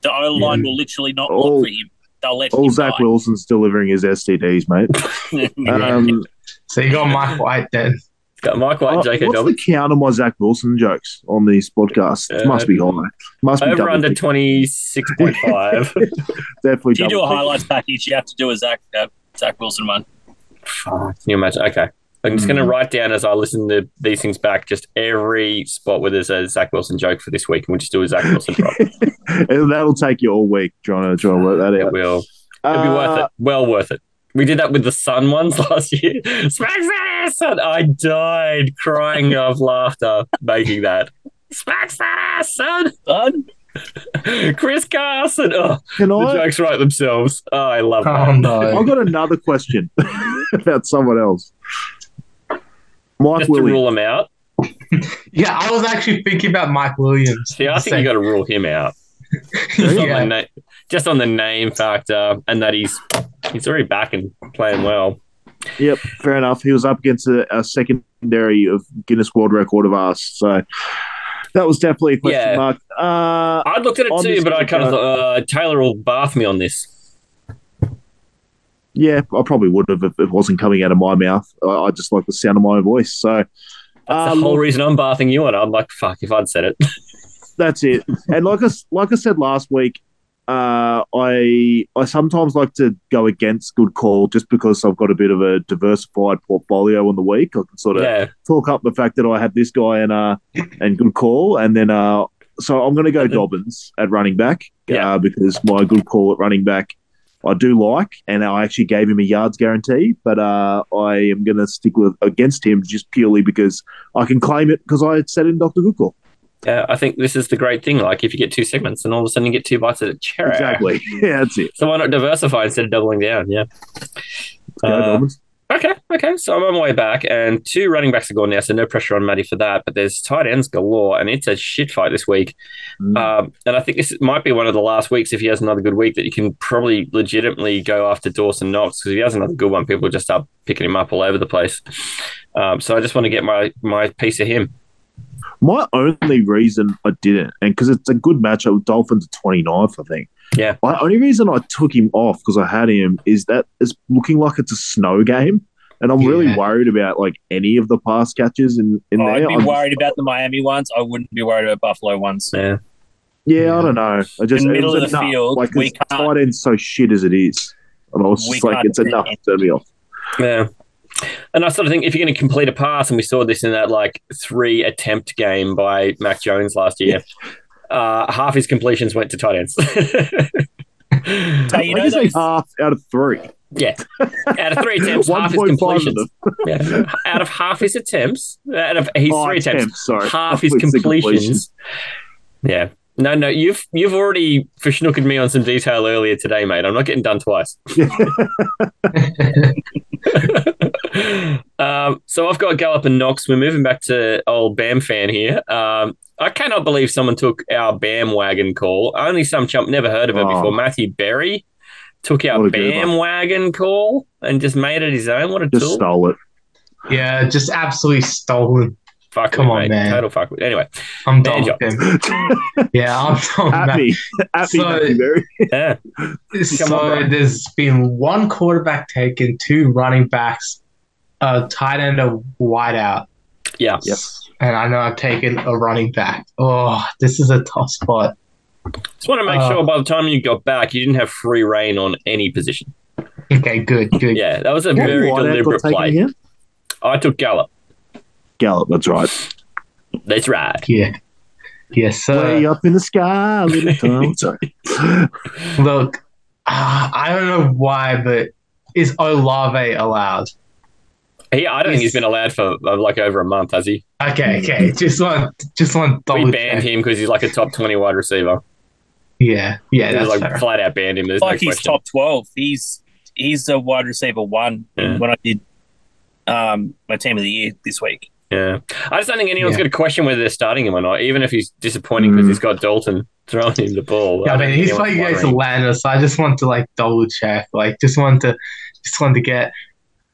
[SPEAKER 7] The O line will literally not
[SPEAKER 6] All-
[SPEAKER 7] look for him. They'll let
[SPEAKER 6] All
[SPEAKER 7] him
[SPEAKER 6] Zach
[SPEAKER 7] die.
[SPEAKER 6] Wilson's delivering is STDs, mate.
[SPEAKER 7] (laughs)
[SPEAKER 6] Um,
[SPEAKER 5] (laughs) So you got Mike White then.
[SPEAKER 1] Got Mike White,
[SPEAKER 6] oh,
[SPEAKER 1] and
[SPEAKER 6] what's
[SPEAKER 1] J.K.
[SPEAKER 6] the
[SPEAKER 1] Dobbins.
[SPEAKER 6] count of my Zach Wilson jokes on these podcasts? It must be high. Must be
[SPEAKER 1] Uh, Over
[SPEAKER 6] double
[SPEAKER 1] under
[SPEAKER 6] digits.
[SPEAKER 1] 26.5.
[SPEAKER 6] Definitely
[SPEAKER 7] if you do
[SPEAKER 6] double
[SPEAKER 7] a
[SPEAKER 6] digits.
[SPEAKER 7] highlights package, you have to do a Zach uh, Zach Wilson one.
[SPEAKER 1] Can you imagine? Okay. I'm just going to write down as I listen to these things back just every spot where there's a Zach Wilson joke for this week, and we'll just do a Zach Wilson drop.
[SPEAKER 6] (laughs) And that'll take you all week trying to trying to work that
[SPEAKER 1] It
[SPEAKER 6] out. Uh,
[SPEAKER 1] will. It'll be worth it. Well worth it. We did that with the Sun ones (laughs) last year. Smacks that ass! Sun! I died crying of laughter making that. Smacks that ass, son! (laughs)
[SPEAKER 7] Son,
[SPEAKER 1] Chris Carson! Oh,
[SPEAKER 6] Can
[SPEAKER 1] the
[SPEAKER 6] I?
[SPEAKER 1] jokes write themselves. Oh, I love
[SPEAKER 5] Oh (laughs)
[SPEAKER 1] that.
[SPEAKER 5] no.
[SPEAKER 6] I've got another question (laughs) about someone else. Mike
[SPEAKER 1] Just to
[SPEAKER 6] Williams.
[SPEAKER 1] rule him out.
[SPEAKER 5] Yeah, I was actually thinking about Mike Williams.
[SPEAKER 1] See, I think you got to rule him
[SPEAKER 6] (laughs)
[SPEAKER 1] out. Just, on the
[SPEAKER 5] yeah.
[SPEAKER 1] na- just on the name factor and that he's he's already back and playing well.
[SPEAKER 6] Yep, fair enough. He was up against a, a secondary of Guinness World Record of us, so that was definitely a question
[SPEAKER 1] Yeah.
[SPEAKER 6] mark. Uh,
[SPEAKER 1] I'd looked at it
[SPEAKER 6] On
[SPEAKER 1] too,
[SPEAKER 6] this
[SPEAKER 1] but I kind of
[SPEAKER 6] particular-
[SPEAKER 1] thought, uh, Taylor will bath me on this.
[SPEAKER 6] yeah, I probably would have if it wasn't coming out of my mouth. I, I just like the sound of my own voice, so
[SPEAKER 1] That's
[SPEAKER 6] Um,
[SPEAKER 1] the whole reason I'm bathing you on. I'm like, fuck, if I'd said it.
[SPEAKER 6] that's it. And like I s- like I said last week, uh, I I sometimes like to go against good call just because I've got a bit of a diversified portfolio on the week. I can sort of
[SPEAKER 1] yeah.
[SPEAKER 6] talk up the fact that I had this guy and uh and good call, and then uh so I'm going to go Dobbins at running back
[SPEAKER 1] Yeah.
[SPEAKER 6] uh, because my good call at running back I do like, and I actually gave him a yards guarantee, but uh I am going to stick with against him just purely because I can claim it because I said it in Doctor Good Call
[SPEAKER 1] Yeah, I think this is the great thing. Like, if you get two segments, then all of a sudden you get two bites at a cherry.
[SPEAKER 6] exactly. (laughs) Yeah, that's it.
[SPEAKER 1] So why not diversify instead of doubling down? Yeah.
[SPEAKER 6] Go
[SPEAKER 1] Uh,
[SPEAKER 6] Dobbins.
[SPEAKER 1] okay, okay. So I'm on my way back, and two running backs are gone now, so no pressure on Matty for that. But there's tight ends galore, and it's a shit fight this week.
[SPEAKER 6] Mm.
[SPEAKER 1] Um, and I think this might be one of the last weeks, if he has another good week, that you can probably legitimately go after Dawson Knox because if he has another good one, people just start picking him up all over the place. Um, so I just want to get my, my piece of him.
[SPEAKER 6] My only reason I didn't, and because it's a good matchup with Dolphins at 29th, I think.
[SPEAKER 1] Yeah.
[SPEAKER 6] My only reason I took him off because I had him is that it's looking like it's a snow game. And I'm really
[SPEAKER 5] Yeah.
[SPEAKER 6] worried about like any of the pass catches in, in
[SPEAKER 7] Oh, I'd
[SPEAKER 6] there.
[SPEAKER 7] be
[SPEAKER 6] I'm-
[SPEAKER 7] worried about the Miami ones. I wouldn't be worried about Buffalo ones.
[SPEAKER 1] Yeah.
[SPEAKER 6] yeah, I don't know. I just
[SPEAKER 7] In
[SPEAKER 6] it
[SPEAKER 7] middle
[SPEAKER 6] was
[SPEAKER 7] of the
[SPEAKER 6] enough.
[SPEAKER 7] field,
[SPEAKER 6] like 'cause
[SPEAKER 7] we can't-
[SPEAKER 6] tight end's so shit as it is. And I was
[SPEAKER 7] We
[SPEAKER 6] just like,
[SPEAKER 7] can't
[SPEAKER 6] it's
[SPEAKER 7] fit
[SPEAKER 6] enough to
[SPEAKER 7] in.
[SPEAKER 6] turn me off.
[SPEAKER 1] Yeah. And I sort of think if you're going to complete a pass, and we saw this in that like three attempt game by Mac Jones last year, uh, half his completions went to tight ends. (laughs)
[SPEAKER 7] Hey, you
[SPEAKER 6] I
[SPEAKER 7] know
[SPEAKER 6] just say
[SPEAKER 7] those-
[SPEAKER 6] half out of three.
[SPEAKER 1] Yeah. Out of three
[SPEAKER 6] (laughs)
[SPEAKER 1] attempts, half his
[SPEAKER 6] 1.5 of
[SPEAKER 1] completions.
[SPEAKER 6] them.
[SPEAKER 1] Yeah. Out of half his attempts, out of his
[SPEAKER 6] Oh,
[SPEAKER 1] three attempts,
[SPEAKER 6] attempts, sorry.
[SPEAKER 1] half
[SPEAKER 6] (laughs) I
[SPEAKER 1] his
[SPEAKER 6] thought you said
[SPEAKER 1] completions. Yeah. No, no, you've you've already fishnookered me on some detail earlier today, mate. I'm not getting done
[SPEAKER 6] (laughs)
[SPEAKER 1] twice. (laughs) um, so I've got Gallup and Knox. We're moving back to old Bam fan here. Um, I cannot believe someone took our Bam wagon call. Only some chump never heard of it
[SPEAKER 6] Oh.
[SPEAKER 1] before. Matthew Berry took
[SPEAKER 6] What
[SPEAKER 1] our
[SPEAKER 6] a good one.
[SPEAKER 1] Bam wagon call and just made it his own. What a
[SPEAKER 6] Just
[SPEAKER 1] tool!
[SPEAKER 6] stole it. (laughs)
[SPEAKER 5] Yeah, just absolutely stolen.
[SPEAKER 1] Fuck
[SPEAKER 5] Come on,
[SPEAKER 1] mate.
[SPEAKER 5] man.
[SPEAKER 1] Total fuck with. Anyway,
[SPEAKER 5] I'm
[SPEAKER 1] Man,
[SPEAKER 5] done with him. Yeah, I'm done with
[SPEAKER 6] at
[SPEAKER 5] that.
[SPEAKER 6] me. At me,
[SPEAKER 5] So-
[SPEAKER 6] Matthew Berry.
[SPEAKER 1] yeah. Come
[SPEAKER 5] So
[SPEAKER 1] on, Brian.
[SPEAKER 5] uh, there's been one quarterback taken, two running backs, a tight end, a wideout.
[SPEAKER 1] Yeah.
[SPEAKER 6] Yep.
[SPEAKER 5] And I know I've taken a running back. Oh, this is a tough spot.
[SPEAKER 1] Just want to make
[SPEAKER 5] Uh,
[SPEAKER 1] sure by the time you got back, you didn't have free reign on any position.
[SPEAKER 5] Okay, good, good.
[SPEAKER 1] Yeah, that was a
[SPEAKER 6] What
[SPEAKER 1] very
[SPEAKER 6] wideout got
[SPEAKER 1] deliberate
[SPEAKER 6] taken
[SPEAKER 1] play.
[SPEAKER 6] again?
[SPEAKER 1] I took Gallup.
[SPEAKER 6] Gallup, that's right.
[SPEAKER 1] That's right.
[SPEAKER 5] Yeah. Yes,
[SPEAKER 6] (laughs) Way
[SPEAKER 5] sir.
[SPEAKER 6] up in the sky, (laughs) little town. Sorry.
[SPEAKER 5] Look, Ah, uh, I don't know why, but is Olave allowed?
[SPEAKER 1] He, I don't think he's been allowed for uh, like over a month, has he?
[SPEAKER 5] Okay, okay. Just one, just one.
[SPEAKER 1] we
[SPEAKER 5] double
[SPEAKER 1] banned
[SPEAKER 5] check.
[SPEAKER 1] him because he's like a top twenty wide receiver.
[SPEAKER 5] Yeah, yeah.
[SPEAKER 1] They,
[SPEAKER 5] That's
[SPEAKER 1] like
[SPEAKER 5] fair.
[SPEAKER 1] flat out banned him. There's
[SPEAKER 7] like
[SPEAKER 1] no
[SPEAKER 7] he's
[SPEAKER 1] question.
[SPEAKER 7] top twelve. He's he's a wide receiver one
[SPEAKER 1] Yeah.
[SPEAKER 7] when I did um my team of the year this week.
[SPEAKER 1] Yeah, I just don't think anyone's
[SPEAKER 5] Yeah.
[SPEAKER 1] going to question whether they're starting him or not, even if he's disappointing because
[SPEAKER 6] Mm.
[SPEAKER 1] he's got Dalton throwing him the ball.
[SPEAKER 5] Yeah, I mean,
[SPEAKER 1] don't
[SPEAKER 5] he's
[SPEAKER 1] think
[SPEAKER 5] like
[SPEAKER 1] anyone's
[SPEAKER 5] guys
[SPEAKER 1] wondering.
[SPEAKER 5] Atlanta, so I just want to like double check. Like, just want to, just want to get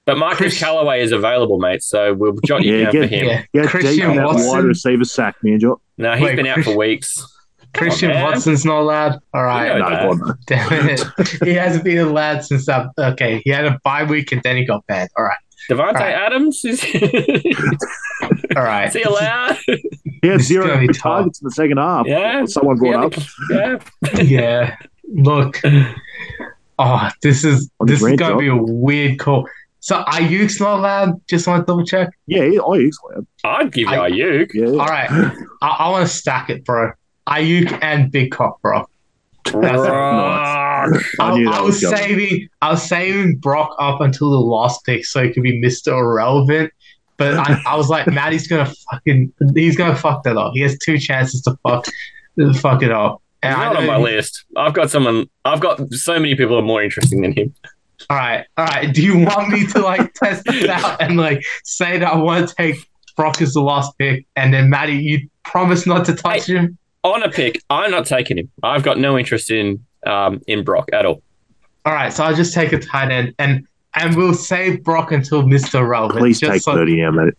[SPEAKER 1] But Marcus
[SPEAKER 5] Chris-
[SPEAKER 1] Callaway is available, mate. So we'll jot you
[SPEAKER 6] Yeah,
[SPEAKER 1] down
[SPEAKER 6] get-
[SPEAKER 1] for him.
[SPEAKER 5] yeah.
[SPEAKER 6] Yeah, deep in
[SPEAKER 5] Christian
[SPEAKER 6] that wide
[SPEAKER 5] Watson.
[SPEAKER 6] receiver sack, man. Joe.
[SPEAKER 1] No, he's
[SPEAKER 5] Wait,
[SPEAKER 1] been out
[SPEAKER 5] Chris-
[SPEAKER 1] for weeks.
[SPEAKER 5] Christian
[SPEAKER 1] man.
[SPEAKER 5] Watson's not allowed. All right,
[SPEAKER 1] Yeah, no.
[SPEAKER 6] No, God, no.
[SPEAKER 5] damn it. he hasn't been allowed since that. Okay, he had a bye week and then he got banned. All right,
[SPEAKER 1] Devontae
[SPEAKER 5] Right.
[SPEAKER 1] Adams is, is
[SPEAKER 5] all right.
[SPEAKER 1] (laughs) he allowed?
[SPEAKER 6] He had
[SPEAKER 5] It's gonna
[SPEAKER 6] zero
[SPEAKER 5] be tough.
[SPEAKER 6] targets in the second half.
[SPEAKER 1] Yeah.
[SPEAKER 6] Someone brought up.
[SPEAKER 1] Yeah.
[SPEAKER 5] yeah. Look. Oh, this is
[SPEAKER 6] On
[SPEAKER 5] this
[SPEAKER 6] his
[SPEAKER 5] is
[SPEAKER 6] red
[SPEAKER 5] gonna
[SPEAKER 6] dot.
[SPEAKER 5] be a weird call. So Ayuk's not allowed. Just want to double check.
[SPEAKER 6] Yeah, he, oh, he's loud.
[SPEAKER 1] I'd give you
[SPEAKER 5] I-
[SPEAKER 1] Ayuk.
[SPEAKER 6] (laughs) Yeah.
[SPEAKER 5] All right, I, I want to stack it, bro. Ayuk and Big Cock, bro.
[SPEAKER 1] Rock.
[SPEAKER 5] I,
[SPEAKER 6] I knew
[SPEAKER 5] I
[SPEAKER 6] that
[SPEAKER 5] was
[SPEAKER 6] was coming.
[SPEAKER 5] saving I was saving Brock up until the last pick so it could be Mr. Irrelevant. But I, I was like, Maddie's gonna fucking he's gonna fuck that up. He has two chances to fuck to fuck it up.
[SPEAKER 1] He's
[SPEAKER 5] And I
[SPEAKER 1] not on
[SPEAKER 5] know-
[SPEAKER 1] my list. I've got someone. I've got so many people are more interesting than him.
[SPEAKER 5] All right, all right. Do you want me to like (laughs) test this out and like say that I want to take Brock as the last pick, and then Maddie, you promise not to touch him?
[SPEAKER 1] On a pick, I'm not taking him. I've got no interest in um, in Brock at all.
[SPEAKER 5] All right, so I'll just take a tight end, and and we'll save Brock until Mister Relevant.
[SPEAKER 6] Please
[SPEAKER 5] just
[SPEAKER 6] take
[SPEAKER 5] so-
[SPEAKER 6] 30
[SPEAKER 5] (laughs)
[SPEAKER 6] now, mate.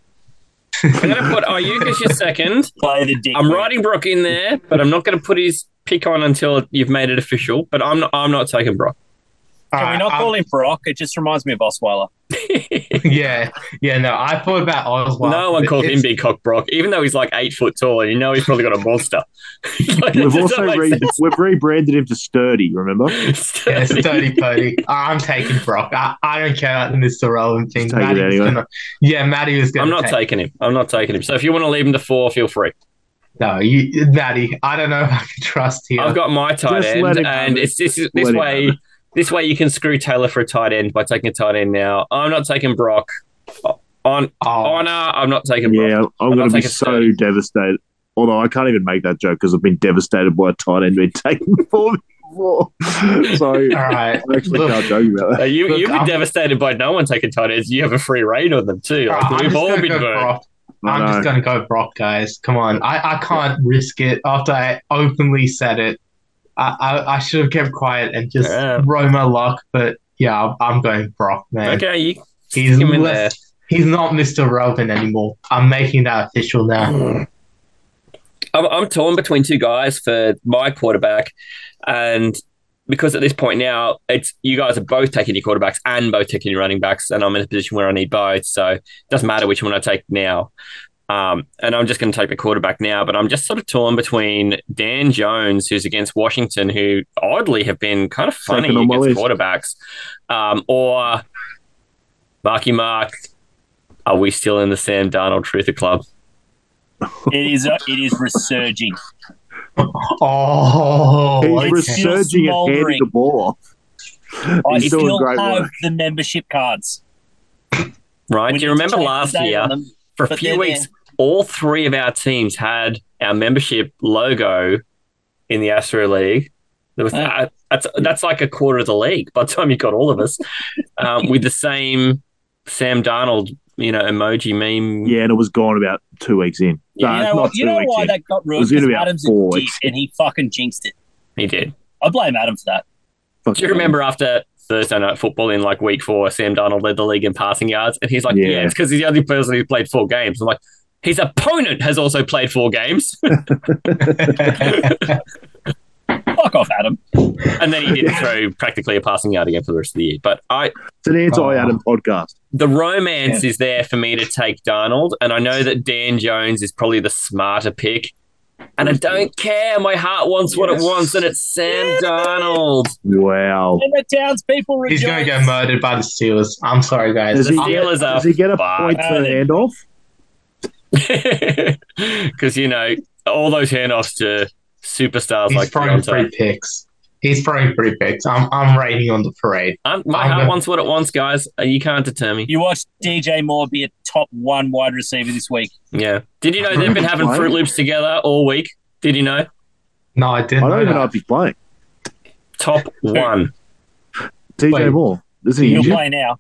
[SPEAKER 1] I'm going to put Ayuk as your second.
[SPEAKER 7] Play the dick.
[SPEAKER 1] I'm writing Brock in there, but I'm not going to put his pick on until you've made it official. But I'm not. I'm not taking Brock.
[SPEAKER 5] All
[SPEAKER 7] Can we
[SPEAKER 5] right,
[SPEAKER 7] not
[SPEAKER 5] I'm-
[SPEAKER 7] call him Brock? It just reminds me of Osweiler.
[SPEAKER 5] Yeah, yeah. No, I thought about Oswald.
[SPEAKER 1] no one calls him
[SPEAKER 5] It's-
[SPEAKER 1] Big Cock Brock, even though he's like eight foot tall, and you know he's probably got a monster. (laughs) Like, it
[SPEAKER 6] We've
[SPEAKER 1] doesn't
[SPEAKER 6] also
[SPEAKER 1] make
[SPEAKER 6] re- we've rebranded him to Sturdy, remember?
[SPEAKER 1] sense. (laughs)
[SPEAKER 5] (laughs) Yeah, it's dirty putty. I'm taking Brock. I, I don't care about the Mr. Relevant thing.
[SPEAKER 6] Just take it
[SPEAKER 5] Maddie was
[SPEAKER 6] anyway.
[SPEAKER 5] gonna- yeah, Maddie was going
[SPEAKER 1] I'm not taking him. I'm not taking him. So if you want to leave him to four, feel free.
[SPEAKER 5] No, you, Maddie, I don't know if I can trust you.
[SPEAKER 1] I've got my tight
[SPEAKER 6] Just
[SPEAKER 1] end,
[SPEAKER 6] let him have
[SPEAKER 1] and
[SPEAKER 6] it.
[SPEAKER 1] it's this is-
[SPEAKER 6] Let
[SPEAKER 1] this
[SPEAKER 6] him
[SPEAKER 1] way.
[SPEAKER 6] have
[SPEAKER 1] This way, you can screw Taylor for a tight end by taking a tight end now. I'm not taking Brock. On
[SPEAKER 5] oh,
[SPEAKER 1] honor, I'm not taking Brock.
[SPEAKER 6] Yeah, I'm going
[SPEAKER 1] I'll
[SPEAKER 6] to be
[SPEAKER 1] take a
[SPEAKER 6] so
[SPEAKER 1] Sturdy.
[SPEAKER 6] devastated. Although I can't even make that joke because I've been devastated by a tight end being (laughs) taken for me before. (laughs) So
[SPEAKER 5] all
[SPEAKER 6] I
[SPEAKER 5] right.
[SPEAKER 6] actually
[SPEAKER 5] Look,
[SPEAKER 6] can't joke about that.
[SPEAKER 1] Uh, you,
[SPEAKER 5] Look,
[SPEAKER 1] you've been
[SPEAKER 5] I'm-
[SPEAKER 1] devastated by no one taking tight ends. You have a free reign on them too.
[SPEAKER 6] (laughs)
[SPEAKER 1] Like,
[SPEAKER 5] I'm
[SPEAKER 1] we've
[SPEAKER 5] just
[SPEAKER 1] all
[SPEAKER 5] gonna
[SPEAKER 1] been
[SPEAKER 5] go
[SPEAKER 1] burned.
[SPEAKER 5] Brock.
[SPEAKER 6] I
[SPEAKER 5] I'm
[SPEAKER 6] know.
[SPEAKER 5] just gonna go Brock, guys. Come on, I, I can't risk it after I openly said it. I I, I should have kept quiet and just
[SPEAKER 1] Yeah.
[SPEAKER 5] roll my luck, but yeah, I'm, I'm going Brock, man.
[SPEAKER 1] Okay, you
[SPEAKER 5] He's
[SPEAKER 1] stick him in there.
[SPEAKER 5] less- He's not Mr. Relevant anymore. I'm making that official now.
[SPEAKER 6] Mm.
[SPEAKER 1] I'm, I'm torn between two guys for my quarterback, and because at this point now it's you guys are both taking your quarterbacks and both taking your running backs, and I'm in a position where I need both, so it doesn't matter which one I take now. Um, and I'm just going to take the quarterback now, but I'm just sort of torn between Dan Jones, who's against Washington, who oddly have been kind of funny
[SPEAKER 6] Second on my
[SPEAKER 1] against
[SPEAKER 6] list.
[SPEAKER 1] quarterbacks, um, or Marky Mark. Are we still in the Sam Darnold Truther Club?
[SPEAKER 7] It is uh, it is resurging.
[SPEAKER 5] Oh,
[SPEAKER 6] He's
[SPEAKER 5] okay.
[SPEAKER 7] res- still
[SPEAKER 6] resurging and handing
[SPEAKER 7] smouldering.
[SPEAKER 6] the ball off.
[SPEAKER 7] I
[SPEAKER 6] He's doing
[SPEAKER 7] still
[SPEAKER 6] great
[SPEAKER 7] have
[SPEAKER 6] work.
[SPEAKER 7] the membership cards.
[SPEAKER 1] Right?
[SPEAKER 7] We
[SPEAKER 1] Do you
[SPEAKER 7] need to
[SPEAKER 1] remember
[SPEAKER 7] change the
[SPEAKER 1] last
[SPEAKER 7] date
[SPEAKER 1] year?
[SPEAKER 7] on them,
[SPEAKER 1] for a
[SPEAKER 7] but
[SPEAKER 1] few
[SPEAKER 7] they're
[SPEAKER 1] weeks,
[SPEAKER 7] there.
[SPEAKER 1] all three of our teams had our membership logo in the Astro League. There was,
[SPEAKER 7] Yeah.
[SPEAKER 1] uh, that's that's like a quarter of the league by the time you got all of us um, with the same Sam Darnold, you know, emoji meme.
[SPEAKER 6] Yeah, and it was gone about two weeks in. No,
[SPEAKER 7] you know,
[SPEAKER 6] not
[SPEAKER 7] what- you
[SPEAKER 6] two
[SPEAKER 7] know
[SPEAKER 6] weeks
[SPEAKER 7] why
[SPEAKER 6] in.
[SPEAKER 7] that got
[SPEAKER 6] It
[SPEAKER 7] ruined?
[SPEAKER 6] was gonna
[SPEAKER 7] Because
[SPEAKER 6] be about
[SPEAKER 7] Adam's
[SPEAKER 6] four
[SPEAKER 7] a dick
[SPEAKER 6] weeks.
[SPEAKER 7] and he fucking jinxed it.
[SPEAKER 1] He did.
[SPEAKER 7] I blame Adam for that.
[SPEAKER 6] Fuck
[SPEAKER 1] Do you
[SPEAKER 6] it.
[SPEAKER 1] remember after Thursday night football in like week four, Sam Darnold led the league in passing yards, and he's like, "Yeah,
[SPEAKER 6] Yeah.
[SPEAKER 1] it's because he's the only person who played four games." I'm like, his opponent has also played four games, (laughs)
[SPEAKER 7] Fuck off, Adam.
[SPEAKER 1] and then he didn't throw practically a passing yard again for the rest of the year. But I,
[SPEAKER 6] It's an anti-Adam podcast.
[SPEAKER 1] the romance is there for me to take Darnold, and I know that Dan Jones is probably the smarter pick. And I don't care. My heart wants what it
[SPEAKER 6] Yes.
[SPEAKER 1] wants, and it's Sam
[SPEAKER 6] (laughs)
[SPEAKER 1] (laughs) Darnold.
[SPEAKER 6] Wow.
[SPEAKER 7] And the townspeople rejoice.
[SPEAKER 5] He's gonna get murdered by the Steelers. I'm sorry, guys.
[SPEAKER 6] Does
[SPEAKER 1] The
[SPEAKER 6] he, get,
[SPEAKER 1] Steelers are
[SPEAKER 6] does he get a
[SPEAKER 1] fucked.
[SPEAKER 6] point for the handoff?
[SPEAKER 1] Because you know all those handoffs to superstars
[SPEAKER 5] He's
[SPEAKER 1] like
[SPEAKER 5] throwing
[SPEAKER 1] Deontay.
[SPEAKER 5] free picks. He's throwing pretty picks. I'm I'm rating on the parade.
[SPEAKER 1] I'm, my
[SPEAKER 5] I'm
[SPEAKER 1] heart
[SPEAKER 5] gonna-
[SPEAKER 1] wants what it wants, guys. and You can't deter me.
[SPEAKER 7] You watched DJ Moore be a top one wide receiver this week.
[SPEAKER 1] Yeah. Did you know they've been having
[SPEAKER 6] Why?
[SPEAKER 1] Fruit Loops together all week? Did you know?
[SPEAKER 5] No, I
[SPEAKER 6] I
[SPEAKER 5] didn't.
[SPEAKER 6] don't
[SPEAKER 5] know
[SPEAKER 6] even know
[SPEAKER 5] that.
[SPEAKER 6] if he's playing.
[SPEAKER 1] Top one.
[SPEAKER 6] TJ
[SPEAKER 5] Wait.
[SPEAKER 6] Moore. Is he
[SPEAKER 7] You'll
[SPEAKER 6] injured?
[SPEAKER 7] play now.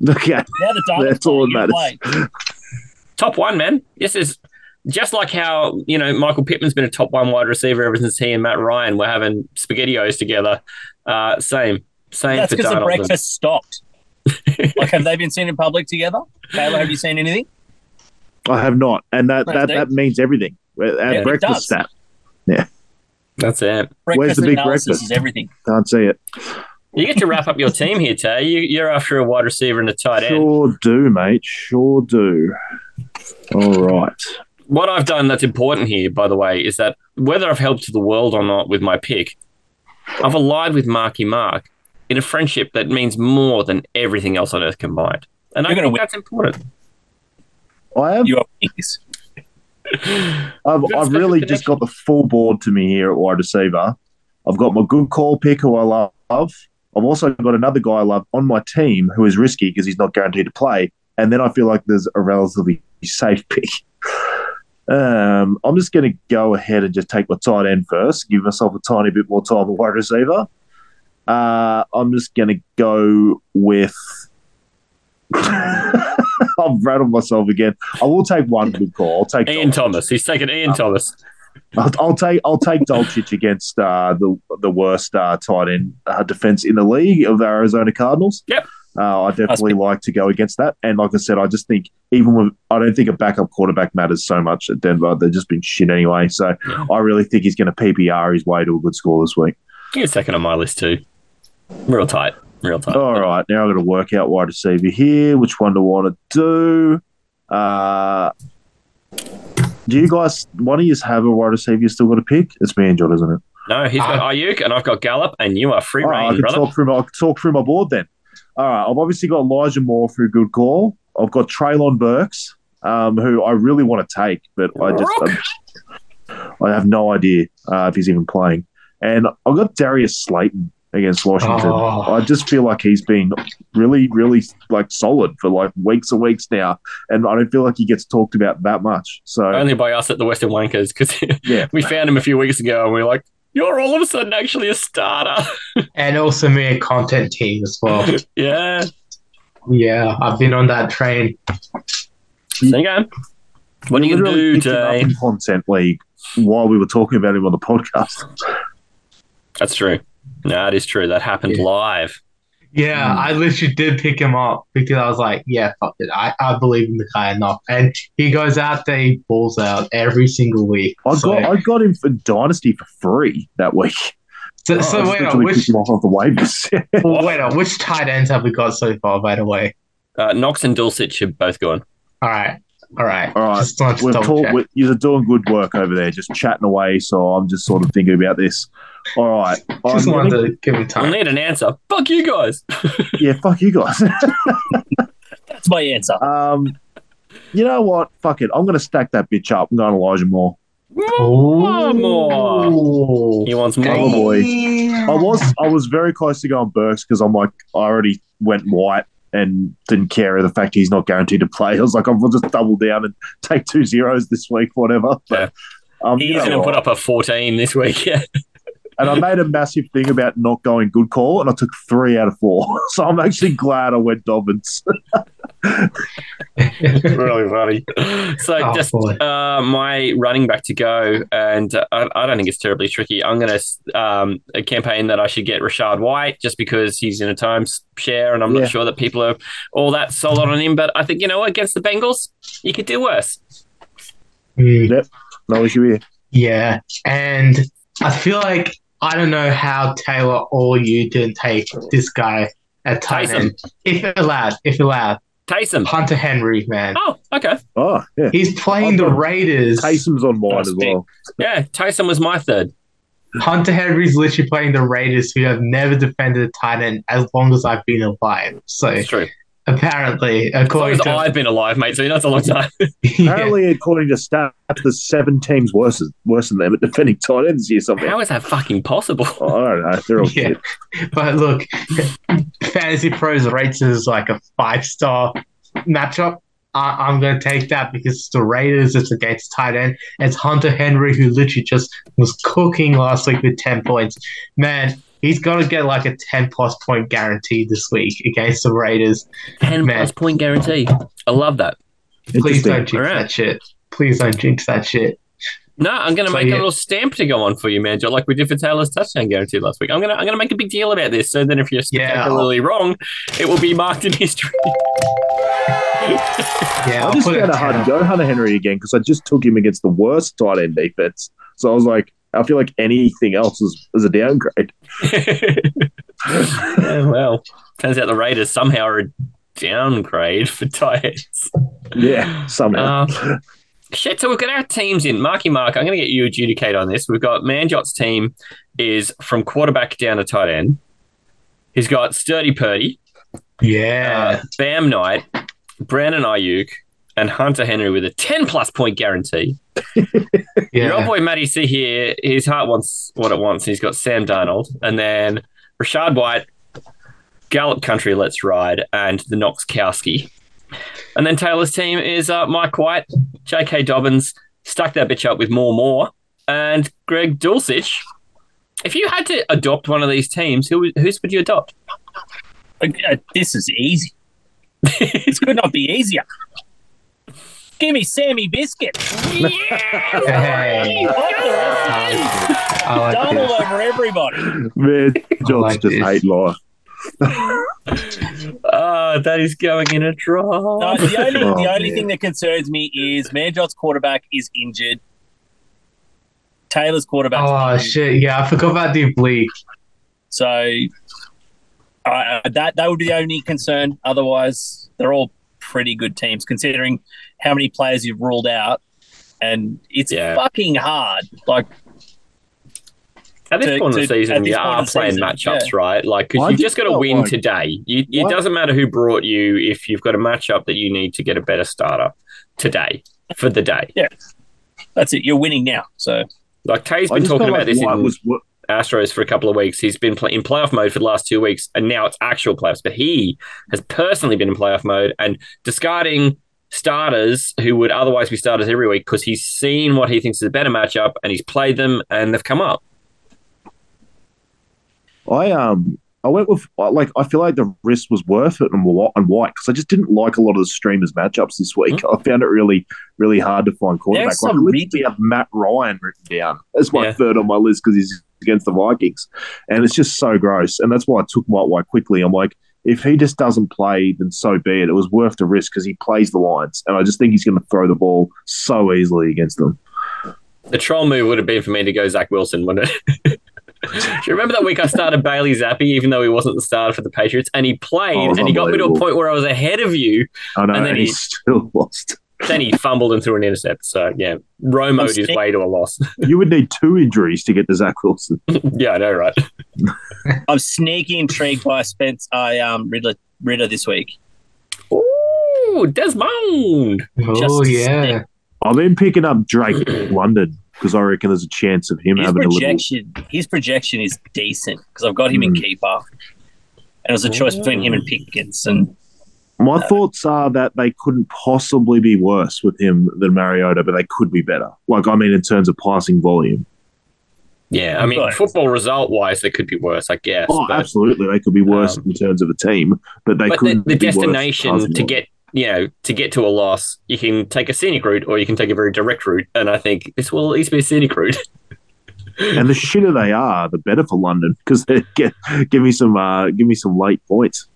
[SPEAKER 6] (laughs) Okay,
[SPEAKER 7] Now the Diamonds
[SPEAKER 6] that's all
[SPEAKER 7] play,
[SPEAKER 6] that
[SPEAKER 7] you play.
[SPEAKER 6] matters.
[SPEAKER 1] Top one, man. This is just like how, you know, Michael Pittman's been a top one wide receiver ever since he and Matt Ryan were having SpaghettiOs together. Uh, same. Same
[SPEAKER 7] That's
[SPEAKER 1] for
[SPEAKER 7] because the
[SPEAKER 1] Donaldson. (laughs)
[SPEAKER 7] breakfast stopped. like, have they been seen in public together? Taylor, have you seen anything?
[SPEAKER 6] I have not, and that
[SPEAKER 7] Right,
[SPEAKER 6] that,
[SPEAKER 7] they-
[SPEAKER 6] that means everything. Our
[SPEAKER 7] it
[SPEAKER 6] breakfast
[SPEAKER 7] does.
[SPEAKER 6] stat
[SPEAKER 1] That's it.
[SPEAKER 7] Breakfast
[SPEAKER 6] the big
[SPEAKER 7] analysis
[SPEAKER 6] breakfast?
[SPEAKER 7] is everything.
[SPEAKER 6] can't see it.
[SPEAKER 1] You get to wrap up your team here, Tay. You, you're after a wide receiver and a tight end.
[SPEAKER 6] Sure do, mate. Sure do. All right.
[SPEAKER 1] What I've done that's important here, by the way, is that whether I've helped the world or not with my pick, I've allied with Marky Mark in a friendship that means more than everything else on earth combined. And I
[SPEAKER 7] You're gonna
[SPEAKER 1] think
[SPEAKER 7] win.
[SPEAKER 1] that's important.
[SPEAKER 6] I have.
[SPEAKER 7] You are wings.
[SPEAKER 6] I've,
[SPEAKER 1] Good
[SPEAKER 6] I've
[SPEAKER 1] special
[SPEAKER 6] really
[SPEAKER 1] connection.
[SPEAKER 6] just got the full board to me here at wide receiver. I've got my good call pick who I love. I've also got another guy I love on my team who is risky because he's not guaranteed to play. And then I feel like there's a relatively safe pick. (laughs) Um, I'm just going to go ahead and just take my tight end first, give myself a tiny bit more time at wide receiver. Uh, I'm just going to go with. (laughs) I've rattled myself again. I will take one good call. I'll take
[SPEAKER 1] Ian
[SPEAKER 6] Dolphins.
[SPEAKER 1] Thomas. He's taken
[SPEAKER 7] Uh,
[SPEAKER 1] Ian Thomas.
[SPEAKER 6] I'll, I'll take I'll take Dolchich against uh, the the worst uh, tight end uh, defense in the league of the Arizona Cardinals.
[SPEAKER 1] Yep.
[SPEAKER 6] uh, I definitely
[SPEAKER 7] pick.
[SPEAKER 6] like to go against that. And like I said, I just think even with I don't think a backup quarterback matters so much at Denver. They've just been shit anyway. So
[SPEAKER 1] Yeah.
[SPEAKER 6] I really think he's going to PPR his way to a good score this week.
[SPEAKER 1] He's second on my list too. Real tight. Real tight.
[SPEAKER 6] All right, now I've got to work out wide receiver here. Which one do I want to do? Uh, do you guys? One of you have a wide receiver you still got to pick? It's Manjot, isn't it?
[SPEAKER 1] No, he's got
[SPEAKER 5] Ah.
[SPEAKER 1] Ayuk and I've got Gallup and you are free
[SPEAKER 6] All right, Oh, I
[SPEAKER 1] reign,
[SPEAKER 6] can
[SPEAKER 1] brother.
[SPEAKER 6] talk through my I can talk through my board then. All right, I've obviously got Elijah Moore for a good call. I've got Traylon Burks, um, who I really want to take, but I just I'm- i have no idea uh, if he's even playing. And I've got Darius Slayton against Washington.
[SPEAKER 5] Oh.
[SPEAKER 6] I just feel like he's been really, really like solid for like weeks and weeks now, and I don't feel like he gets talked about that much. So
[SPEAKER 1] Only by us at the Western Wankers (laughs) because
[SPEAKER 6] yeah,
[SPEAKER 1] we found him a few weeks ago and we are like, you're all of a sudden actually a starter. (laughs)
[SPEAKER 5] And also me a content team as
[SPEAKER 6] (laughs)
[SPEAKER 5] well.
[SPEAKER 1] yeah.
[SPEAKER 6] Mm.
[SPEAKER 5] yeah, I've been on that train.
[SPEAKER 1] So you go. What are you going to do
[SPEAKER 6] literally picked him up
[SPEAKER 1] today?
[SPEAKER 6] in content league while we were talking about him on the podcast.
[SPEAKER 1] That's true. No, it is true. That happened
[SPEAKER 5] Yeah.
[SPEAKER 1] live.
[SPEAKER 6] Mm.
[SPEAKER 5] Yeah, I literally did pick him up because I was like, yeah, fuck it. I, I believe in the guy enough. And he goes out there, he balls out every single week.
[SPEAKER 6] I
[SPEAKER 5] so,
[SPEAKER 6] got I got him for Dynasty for free that week.
[SPEAKER 5] so, so
[SPEAKER 6] I Oh, just
[SPEAKER 5] wait, on,
[SPEAKER 6] literally picked
[SPEAKER 5] Oh, which, oh,
[SPEAKER 6] him off of the (laughs) waivers.
[SPEAKER 5] wait on, which tight ends have we got so far, by the way?
[SPEAKER 1] Uh, Knox and Dulcich have both gone.
[SPEAKER 5] All right. All right.
[SPEAKER 6] All right,
[SPEAKER 5] Just want to
[SPEAKER 6] We've
[SPEAKER 5] double
[SPEAKER 6] talked.
[SPEAKER 5] check.
[SPEAKER 6] we- You're doing good work over there, just chatting away. So I'm just sort of thinking about this. All right, um,
[SPEAKER 5] Just
[SPEAKER 6] I'm
[SPEAKER 5] wanted
[SPEAKER 6] gonna-
[SPEAKER 5] to give him
[SPEAKER 1] We'll
[SPEAKER 5] time.
[SPEAKER 1] need an answer. Fuck you guys.
[SPEAKER 6] yeah, fuck you guys. (laughs)
[SPEAKER 7] That's my answer.
[SPEAKER 6] um, you know what? Fuck it. I'm going to stack that bitch up. I'm going Elijah Moore.
[SPEAKER 5] Oh,
[SPEAKER 1] more. He wants more.
[SPEAKER 6] Oh, boy. I was I was very close to going Burks because I'm like I already went White and didn't care the fact he's not guaranteed to play. (laughs) I was like I'll just double down and take two zeros this week, whatever. But um,
[SPEAKER 1] He's
[SPEAKER 6] you know
[SPEAKER 1] going to
[SPEAKER 6] what?
[SPEAKER 1] put up a 14 this week. (laughs) Yeah.
[SPEAKER 6] and I made a massive thing about not going good call, and I took three out of four. (laughs) So I'm actually glad I went Dobbins.
[SPEAKER 1] (laughs) really funny. So
[SPEAKER 5] Oh,
[SPEAKER 1] just
[SPEAKER 5] boy.
[SPEAKER 1] uh, my running back to go, and uh, I, I don't think it's terribly tricky. I'm going to um, a campaign that I should get Rashad White just because he's in a time s- share, and I'm
[SPEAKER 6] Yeah.
[SPEAKER 1] not sure that people are all that solid on him. But I think you know what, against the Bengals, you could do worse.
[SPEAKER 5] Hmm.
[SPEAKER 6] (laughs) No issue here.
[SPEAKER 5] Yeah, and I feel like I don't know how Taylor or you didn't take this guy at tight
[SPEAKER 1] Tyson.
[SPEAKER 5] end. If allowed, if allowed,
[SPEAKER 1] Taysom.
[SPEAKER 5] Hunter Henry, man,
[SPEAKER 1] Oh, okay.
[SPEAKER 6] Oh yeah,
[SPEAKER 5] he's playing the Raiders.
[SPEAKER 6] Taysom's on mine as well.
[SPEAKER 1] Yeah, Tyson was my third.
[SPEAKER 5] Hunter Henry's literally playing the Raiders, who have never defended a tight end as long as I've been alive. So
[SPEAKER 1] It's true.
[SPEAKER 5] apparently,
[SPEAKER 1] As long
[SPEAKER 5] according
[SPEAKER 1] as
[SPEAKER 5] to
[SPEAKER 1] I've been alive, mate, so that's a long time.
[SPEAKER 5] (laughs) yeah.
[SPEAKER 6] Apparently, according to stats, there's seven teams worse than, worse than them at defending tight ends or something.
[SPEAKER 1] How is that fucking possible? (laughs)
[SPEAKER 6] Oh, I don't know. They're
[SPEAKER 5] (laughs)
[SPEAKER 6] all
[SPEAKER 5] Yeah.
[SPEAKER 6] good.
[SPEAKER 5] But look, Fantasy Pros rates it as like a five star matchup. I- I'm going to take that because it's the Raiders, it's against tight end. It's Hunter Henry, who literally just was cooking last week with 10 points. Man, he's got to get like a 10 plus point guarantee this week against the Raiders.
[SPEAKER 1] 10
[SPEAKER 5] Man.
[SPEAKER 1] plus point guarantee. I love that.
[SPEAKER 5] Please
[SPEAKER 6] Interesting.
[SPEAKER 5] don't jinx
[SPEAKER 1] Alright.
[SPEAKER 5] that shit. Please don't jinx that shit.
[SPEAKER 1] No, I'm going to
[SPEAKER 5] So,
[SPEAKER 1] make
[SPEAKER 5] yeah.
[SPEAKER 1] a little stamp to go on for you, man, Joe, like we did for Taylor's touchdown guarantee last week. I'm going to I'm going to make a big deal about this. So then, if you're
[SPEAKER 5] Yeah.
[SPEAKER 1] spectacularly wrong, it will be marked in history. (laughs)
[SPEAKER 5] Yeah,
[SPEAKER 6] I
[SPEAKER 5] I'll
[SPEAKER 6] just
[SPEAKER 5] put it
[SPEAKER 6] found it
[SPEAKER 5] at
[SPEAKER 6] hard to
[SPEAKER 5] 10.
[SPEAKER 6] go Hunter Henry again because I just took him against the worst tight end defense. So I was like, I feel like anything else is, is a downgrade.
[SPEAKER 1] yeah, well, turns out the Raiders somehow are a downgrade for Titans.
[SPEAKER 6] Yeah, somehow.
[SPEAKER 1] Uh, (laughs) shit, so we've got our teams in. Marky Mark, I'm going to get you adjudicate on this. We've got Manjot's team is from quarterback down to tight end. He's got Sturdy Purdy,
[SPEAKER 5] Yeah.
[SPEAKER 1] uh, Bam Knight, Brandon Ayuk, and Hunter Henry with a 10 plus point guarantee. Your old
[SPEAKER 5] yeah.
[SPEAKER 1] boy Matty C here, his heart wants what it wants. and He's got Sam Darnold and then Rashad White, Gallup Country Let's Ride, and the Knox Kowski. And then Taylor's team is uh, Mike White, J.K. Dobbins, stuck that bitch up with more more, and Greg Dulcich. If you had to adopt one of these teams, who would- whose would you adopt?
[SPEAKER 7] Uh, this is easy. this could not be easier. Give me Sammy Biscuit.
[SPEAKER 5] Hey, I like
[SPEAKER 7] Double
[SPEAKER 5] this.
[SPEAKER 7] over
[SPEAKER 5] (laughs)
[SPEAKER 7] everybody.
[SPEAKER 6] Man, John's
[SPEAKER 5] like
[SPEAKER 6] just
[SPEAKER 5] this.
[SPEAKER 6] hate life.
[SPEAKER 1] Ah, that is going in a draw.
[SPEAKER 7] No, the only,
[SPEAKER 6] Oh,
[SPEAKER 7] the only
[SPEAKER 6] man.
[SPEAKER 7] thing that concerns me is Manjot's quarterback is injured. Taylor's quarterback.
[SPEAKER 5] Oh, shit. Yeah, I forgot about the oblique.
[SPEAKER 7] So uh, that that would be the only concern. Otherwise, they're all pretty good teams, considering how many players you've ruled out, and it's
[SPEAKER 1] Yeah.
[SPEAKER 7] fucking hard. Like,
[SPEAKER 1] At this
[SPEAKER 7] to-
[SPEAKER 1] point of the
[SPEAKER 7] to-
[SPEAKER 1] season,
[SPEAKER 7] at this
[SPEAKER 1] you
[SPEAKER 7] point of
[SPEAKER 1] are
[SPEAKER 7] the
[SPEAKER 1] playing
[SPEAKER 7] season,
[SPEAKER 1] matchups,
[SPEAKER 7] yeah.
[SPEAKER 1] right? Like,
[SPEAKER 6] Why
[SPEAKER 1] because you've
[SPEAKER 6] do
[SPEAKER 1] just
[SPEAKER 6] you
[SPEAKER 1] got to
[SPEAKER 6] feel
[SPEAKER 1] win
[SPEAKER 6] like-
[SPEAKER 1] today. You, it
[SPEAKER 6] Why-
[SPEAKER 1] doesn't matter who brought you if you've got a matchup that you need to get a better starter today for the day.
[SPEAKER 7] that's it. You're winning now. So
[SPEAKER 1] Like Tay's
[SPEAKER 6] I
[SPEAKER 1] been
[SPEAKER 6] just
[SPEAKER 1] talking
[SPEAKER 6] felt
[SPEAKER 1] about
[SPEAKER 6] like
[SPEAKER 1] this
[SPEAKER 6] White
[SPEAKER 1] in
[SPEAKER 6] was wor-
[SPEAKER 1] Astros for a couple of weeks. He's been play- in playoff mode for the last two weeks, and now it's actual playoffs. But he has personally been in playoff mode and discarding starters who would otherwise be starters every week because he's seen what he thinks is a better matchup and he's played them and they've come up.
[SPEAKER 6] I um I went with like I feel like the risk was worth it on White on White because I just didn't like a lot of the streamers matchups this week.
[SPEAKER 1] Hmm.
[SPEAKER 6] (laughs) I found it really really hard to find quarterback.
[SPEAKER 7] There's
[SPEAKER 6] Like, I
[SPEAKER 7] some
[SPEAKER 6] literally have Matt Ryan written down as my
[SPEAKER 1] Yeah.
[SPEAKER 6] third on my list because he's against the Vikings, and it's just so gross. And that's why I took White White quickly. I'm like. If he just doesn't play, then so be it. It was worth the risk because he plays the Lions, and I just think he's going to throw the ball so easily against them.
[SPEAKER 1] The troll move would have been for me to go Zach Wilson, wouldn't it? (laughs) Do you remember that week I started Bailey Zappi, even though he wasn't the starter for the Patriots, and he played,
[SPEAKER 6] Oh, it was
[SPEAKER 1] and he got me to a
[SPEAKER 6] unbelievable.
[SPEAKER 1] point where I was ahead of you.
[SPEAKER 6] I know,
[SPEAKER 1] And
[SPEAKER 6] and,
[SPEAKER 1] then
[SPEAKER 6] he
[SPEAKER 1] he-
[SPEAKER 6] (laughs) still lost.
[SPEAKER 1] Then he fumbled and threw an intercept. So yeah, Romo his way to a loss. (laughs)
[SPEAKER 6] You would need two injuries to get to Zach Wilson.
[SPEAKER 1] yeah, I know, right?
[SPEAKER 7] I'm sneaky intrigued by Spence. I um Riddler Ritter this week.
[SPEAKER 1] Ooh, Desmond.
[SPEAKER 5] Oh,
[SPEAKER 7] Just
[SPEAKER 5] yeah.
[SPEAKER 6] I'm then picking up Drake
[SPEAKER 1] (clears throat)
[SPEAKER 6] London because I reckon there's a chance of him
[SPEAKER 7] His
[SPEAKER 6] having a little.
[SPEAKER 7] projection, his projection is decent because I've got him in
[SPEAKER 6] Hmm.
[SPEAKER 7] keeper, and it was a choice between him and Pickens, and
[SPEAKER 6] My thoughts are that they couldn't possibly be worse with him than Mariota, but they could be better. Like I mean, in terms of passing volume.
[SPEAKER 1] Yeah, I mean,
[SPEAKER 7] Right.
[SPEAKER 1] football result wise, they could be worse, I guess.
[SPEAKER 6] oh,
[SPEAKER 1] but-
[SPEAKER 6] absolutely, they could be worse
[SPEAKER 1] um,
[SPEAKER 6] in terms of a team, but they
[SPEAKER 1] but the,
[SPEAKER 6] couldn't.
[SPEAKER 1] the
[SPEAKER 6] be worse with
[SPEAKER 1] destination
[SPEAKER 6] passing
[SPEAKER 1] to
[SPEAKER 6] volume.
[SPEAKER 1] get you know to get to a loss you can take a scenic route or you can take a very direct route and i think this will at least be a scenic route
[SPEAKER 6] and the shitter they are, the better for London because they get give me some uh, give me some late points.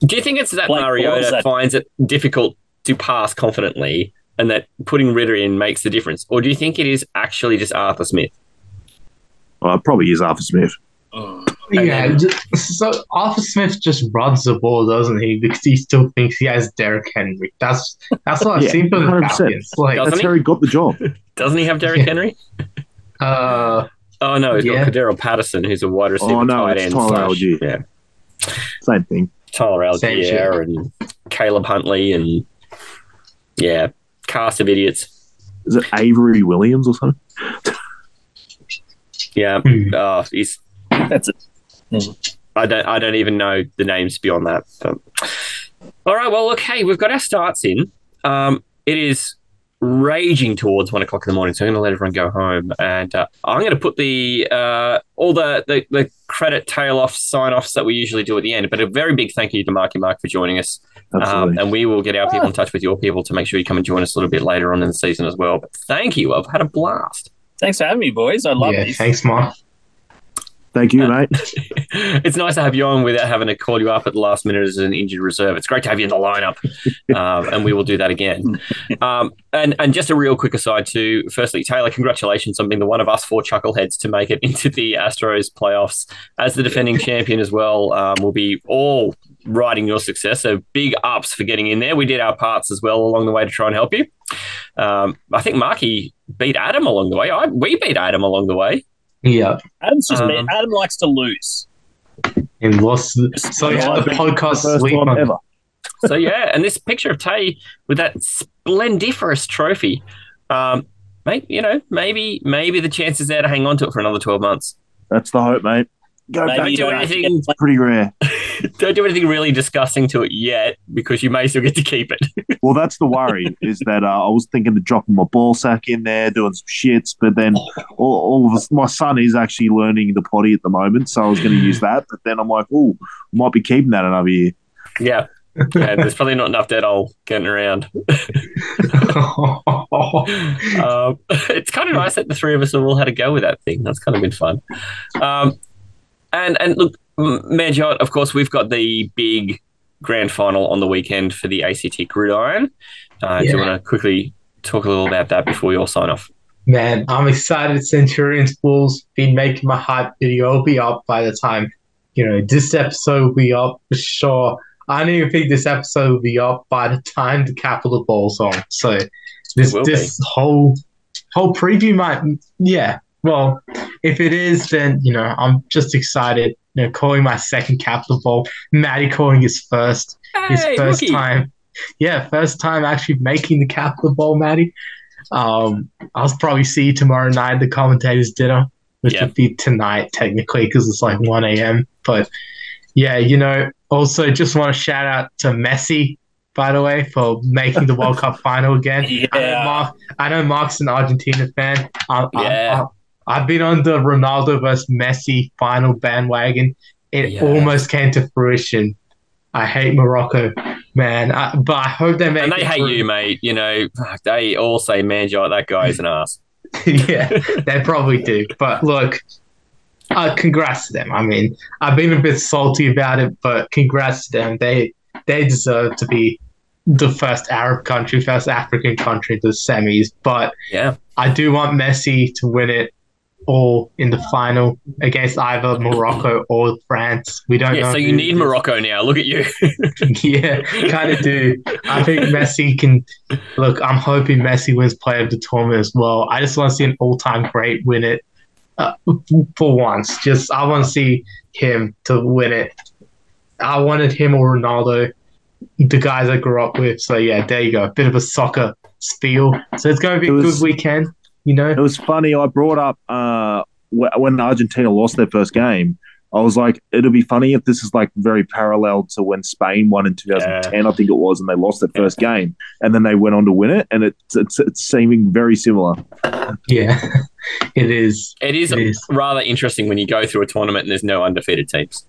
[SPEAKER 1] Do you think it's that
[SPEAKER 7] Blake
[SPEAKER 1] Mariota
[SPEAKER 7] Bortles had-
[SPEAKER 1] finds it difficult to pass confidently and that putting Ritter in makes the difference? Or do you think it is actually just Arthur Smith?
[SPEAKER 6] Uh, probably is Arthur Smith.
[SPEAKER 1] And
[SPEAKER 5] Yeah,
[SPEAKER 1] then-
[SPEAKER 5] ju- so Arthur Smith just runs the ball, doesn't he? Because he still thinks he has Derrick Henry. That's that's what I've
[SPEAKER 6] Yeah,
[SPEAKER 5] seen from the
[SPEAKER 6] 100%.
[SPEAKER 5] Falcons. Like,
[SPEAKER 1] Doesn't
[SPEAKER 6] That's
[SPEAKER 1] he?
[SPEAKER 6] how he got
[SPEAKER 1] (laughs)
[SPEAKER 6] the job.
[SPEAKER 1] Doesn't he have Derrick
[SPEAKER 5] Yeah.
[SPEAKER 1] Henry?
[SPEAKER 5] uh,
[SPEAKER 1] Oh no, he's
[SPEAKER 5] Yeah.
[SPEAKER 1] got Cordero Patterson, who's a wide receiver,
[SPEAKER 6] Oh, no,
[SPEAKER 1] tight
[SPEAKER 6] it's
[SPEAKER 1] end.
[SPEAKER 6] Tyler
[SPEAKER 1] slash-
[SPEAKER 6] Algier.
[SPEAKER 1] yeah.
[SPEAKER 6] Same thing.
[SPEAKER 1] Tyler
[SPEAKER 5] Same
[SPEAKER 1] Algier and Caleb Huntley and yeah, cast of idiots.
[SPEAKER 6] Is it Avery Williams or something?
[SPEAKER 1] Yeah,
[SPEAKER 5] Hmm.
[SPEAKER 1] oh, he's,
[SPEAKER 7] That's it.
[SPEAKER 1] I don't I don't even know the names beyond that. But. All right, well look, hey, we've got our starts in. Um, it is raging towards one o'clock in the morning, so I'm going to let everyone go home, and uh, I'm going to put the uh, all the, the the credit tail off sign offs that we usually do at the end. But a very big thank you to Marky Mark for joining us.
[SPEAKER 6] Absolutely.
[SPEAKER 1] Um, and we will get our people in touch with your people to make sure you come and join us a little bit later on in the season as well. But thank you. I've had a blast.
[SPEAKER 7] Thanks for having me, boys. I love
[SPEAKER 5] yeah,
[SPEAKER 7] these.
[SPEAKER 5] thanks, Mark.
[SPEAKER 6] Thank
[SPEAKER 1] uh, (laughs)
[SPEAKER 6] you, mate.
[SPEAKER 1] it's nice to have you on without having to call you up at the last minute as an injured reserve. It's great to have you in the lineup. um, and we will do that again. Um, and, and just a real quick aside, too. Firstly, Taylor, congratulations on being the one of us four chuckleheads to make it (laughs) into the Astros playoffs as the defending champion as well. Um, we'll be all riding your success. So big ups for getting in there. We did our parts as well along the way to try and help you. Um, I think Marky beat Adam along the way. I, we beat Adam along the way.
[SPEAKER 5] Yeah,
[SPEAKER 7] Adam's just
[SPEAKER 1] Um,
[SPEAKER 7] Adam likes to lose.
[SPEAKER 5] and lost. So yeah, the podcast
[SPEAKER 6] First
[SPEAKER 5] sleep
[SPEAKER 6] time
[SPEAKER 5] on
[SPEAKER 6] ever.
[SPEAKER 1] So yeah, and this picture of Tay with that splendiferous trophy, um, mate. You know, maybe maybe the chance is there to hang on to it for another twelve months.
[SPEAKER 6] That's the hope, mate. Go
[SPEAKER 7] Maybe uh,
[SPEAKER 6] back
[SPEAKER 7] you
[SPEAKER 6] to
[SPEAKER 7] don't
[SPEAKER 6] it.
[SPEAKER 7] have to
[SPEAKER 1] anything-
[SPEAKER 7] (laughs) get-
[SPEAKER 6] Pretty rare.
[SPEAKER 1] Don't do anything really disgusting to it yet, because you may still get to keep it. (laughs)
[SPEAKER 6] Well, that's the worry is that uh, I was thinking of dropping my ball sack in there, doing some shits, but then all, all of us, my son is actually learning the potty at the moment, so I was going to use that, but then I'm like, oh, might be keeping that another year.
[SPEAKER 1] yeah. yeah, there's probably not enough dead old getting around.
[SPEAKER 5] (laughs)
[SPEAKER 1] Um, (laughs) it's kind of nice that the three of us have all had a go with that thing. That's kind of been fun. Um, and and look, M- Manjot, of course, we've got the big grand final on the weekend for the ACT Gridiron. Uh, Do you
[SPEAKER 5] Yeah.
[SPEAKER 1] want to quickly talk a little about that before we all sign off?
[SPEAKER 5] Man, I'm excited. Centurions Bulls be making my hype video. It'll be up by the time, you know, this episode will be up for sure. I don't even think this episode will be up by the time the Capital Ball's on. So this
[SPEAKER 1] It will
[SPEAKER 5] this whole whole preview might yeah. Well, if it is, then you know, I'm just excited. You know, calling my second Capital Ball. Maddie calling his first his first
[SPEAKER 1] rookie.
[SPEAKER 5] time. Yeah, first time actually making the Capital Bowl, Maddie. Um, I'll probably see you tomorrow night at the commentators' dinner, which
[SPEAKER 1] Yeah.
[SPEAKER 5] would be tonight technically because it's like 1 a.m. But yeah, you know, also just want to shout out to Messi, by the way, for making the World Cup final again. I, know
[SPEAKER 7] Yeah.
[SPEAKER 5] Mark, I know Mark's an Argentina fan. I, I-
[SPEAKER 1] Yeah.
[SPEAKER 5] I, have been on the Ronaldo versus Messi final bandwagon. It
[SPEAKER 1] Yeah.
[SPEAKER 5] almost came to fruition. I hate Morocco, man. I, but I hope they make.
[SPEAKER 1] And they
[SPEAKER 5] it
[SPEAKER 1] hate you, mate. You know, fuck, they all say Manjot, that guy's an ass.
[SPEAKER 5] through. (laughs) yeah, they probably do. But look, uh, congrats to them. I mean, I've been a bit salty about it, but congrats to them. They they deserve to be the first Arab country, first African country to the semis. But
[SPEAKER 1] Yeah.
[SPEAKER 5] I do want Messi to win it all in the final against either Morocco or France. We don't know.
[SPEAKER 1] Yeah, so you
[SPEAKER 5] who-
[SPEAKER 1] need Morocco now. Look at you.
[SPEAKER 5] (laughs) yeah, kind of do. I think Messi can. Look, I'm hoping Messi wins Player of the Tournament as well. I just want to see an all-time great win it uh, for once. Just I want to see him to win it. I wanted him or Ronaldo, the guys I grew up with. So yeah, there you go. A bit of a soccer spiel. So it's going to be
[SPEAKER 6] It
[SPEAKER 5] a
[SPEAKER 6] was-
[SPEAKER 5] good weekend. You know,
[SPEAKER 6] It was funny. I brought up uh, wh- when Argentina lost their first game. I was like, it'll be funny if this is like very parallel to when Spain won in 2010, I think it was, and they lost their first game, and then they went on to win it, and it's it's, it's seeming very similar.
[SPEAKER 5] yeah, (laughs) it is.
[SPEAKER 1] It is,
[SPEAKER 5] It is.
[SPEAKER 1] rather interesting when you go through a tournament and there's no undefeated teams.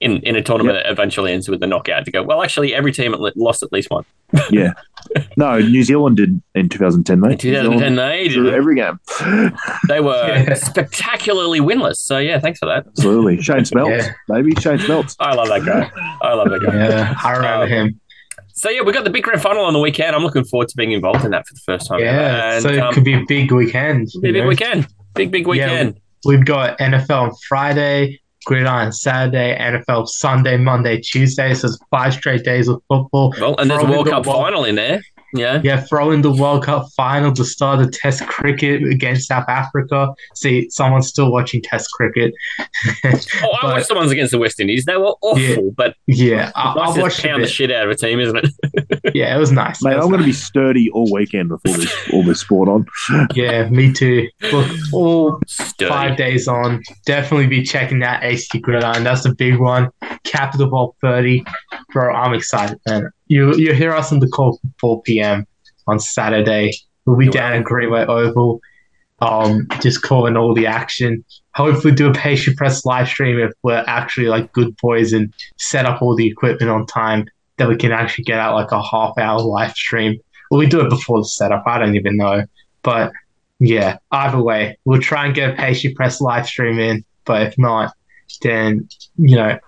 [SPEAKER 1] In in a tournament that eventually ends with a knockout to go, well, actually, every team at le- lost at least one.
[SPEAKER 6] No, New Zealand did in 2010, mate.
[SPEAKER 1] In 2010, they,
[SPEAKER 6] New Zealand drew
[SPEAKER 1] did.
[SPEAKER 6] every game.
[SPEAKER 1] they were
[SPEAKER 5] (laughs) Yeah.
[SPEAKER 1] spectacularly winless. So, yeah, thanks for that.
[SPEAKER 6] Absolutely, Shane Smelts,
[SPEAKER 5] Yeah.
[SPEAKER 6] baby, Shane Smelts.
[SPEAKER 1] I love that guy. I love that guy.
[SPEAKER 5] Yeah, I remember
[SPEAKER 1] Um,
[SPEAKER 5] him.
[SPEAKER 1] So, yeah, we got the big grand final on the weekend. I'm looking forward to being involved in that for the first time. ever.
[SPEAKER 5] Yeah,
[SPEAKER 1] And,
[SPEAKER 5] so it
[SPEAKER 1] um,
[SPEAKER 5] could eh? be a big weekend. you
[SPEAKER 1] big, big
[SPEAKER 5] know?
[SPEAKER 1] weekend. Big, big weekend.
[SPEAKER 5] We've got NFL on Friday, Gridiron Saturday, NFL Sunday, Monday, Tuesday. So it's five straight days of football.
[SPEAKER 1] well, and there's a
[SPEAKER 5] Probably
[SPEAKER 1] World
[SPEAKER 5] the
[SPEAKER 1] Cup
[SPEAKER 5] World-
[SPEAKER 1] final in there. Yeah.
[SPEAKER 5] Yeah, throw in the World Cup final to start the Test cricket against South Africa. See, someone's still watching Test cricket.
[SPEAKER 1] Oh, I
[SPEAKER 5] But-
[SPEAKER 1] watched the ones against the West Indies. They were awful,
[SPEAKER 5] Yeah.
[SPEAKER 1] but
[SPEAKER 5] yeah, I,
[SPEAKER 1] nice
[SPEAKER 5] I
[SPEAKER 1] to
[SPEAKER 5] watched a
[SPEAKER 1] pound the
[SPEAKER 5] bit.
[SPEAKER 1] shit out of a team, isn't it?
[SPEAKER 5] Yeah, it was nice.
[SPEAKER 6] Mate,
[SPEAKER 5] It was
[SPEAKER 6] I'm going to be
[SPEAKER 5] nice.
[SPEAKER 6] sturdy all weekend with all this all this sport on.
[SPEAKER 5] Yeah, me too. Look, all
[SPEAKER 1] Sturdy.
[SPEAKER 5] five days on. Definitely be checking that AC gridiron. That's a big one. Capital Ball 30. Bro, I'm excited, man. You you hear us on the call from 4 p.m. on Saturday. We'll be
[SPEAKER 1] You
[SPEAKER 5] down
[SPEAKER 1] will.
[SPEAKER 5] in Greenway Oval. Um, just calling all the action. Hopefully do a patient press live stream if we're actually like good boys and set up all the equipment on time that we can actually get out like a half hour live stream. Well we do it before the setup, I don't even know. But yeah, either way, we'll try and get a Pacey Press live stream in, but if not, then you know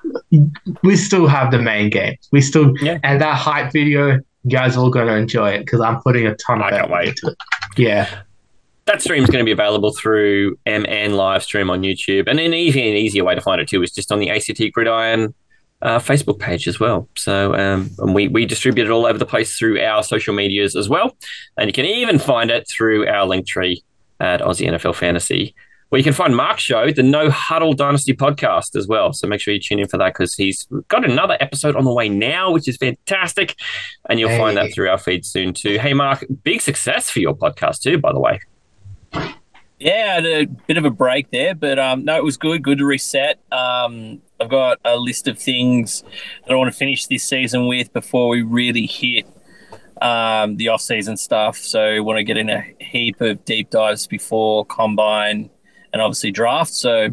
[SPEAKER 5] we still have the main game. We still
[SPEAKER 1] Yeah.
[SPEAKER 5] and that hype video, you guys are all gonna enjoy it because I'm putting a ton
[SPEAKER 1] I
[SPEAKER 5] of
[SPEAKER 1] can't
[SPEAKER 5] effort
[SPEAKER 1] wait.
[SPEAKER 5] into it. Yeah,
[SPEAKER 1] that stream's going to be available through MN live stream on YouTube, and an easy and easier way to find it too is just on the ACT Gridiron uh, Facebook page as well. So, um, and we we distribute it all over the place through our social medias as well, and you can even find it through our link tree at Aussie NFL Fantasy. Where you can find Mark's show, the No Huddle Dynasty podcast, as well. So make sure you tune in for that because he's got another episode on the way now, which is fantastic. And you'll find
[SPEAKER 5] Hey.
[SPEAKER 1] that through our feed soon, too. Hey, Mark, big success for your podcast, too, by the way.
[SPEAKER 7] Yeah, I had a bit of a break there, but um, no, it was good. Good to reset. Um, I've got a list of things that I want to finish this season with before we really hit um, the off-season stuff. So, I want to get in a heap of deep dives before combine and obviously draft. So,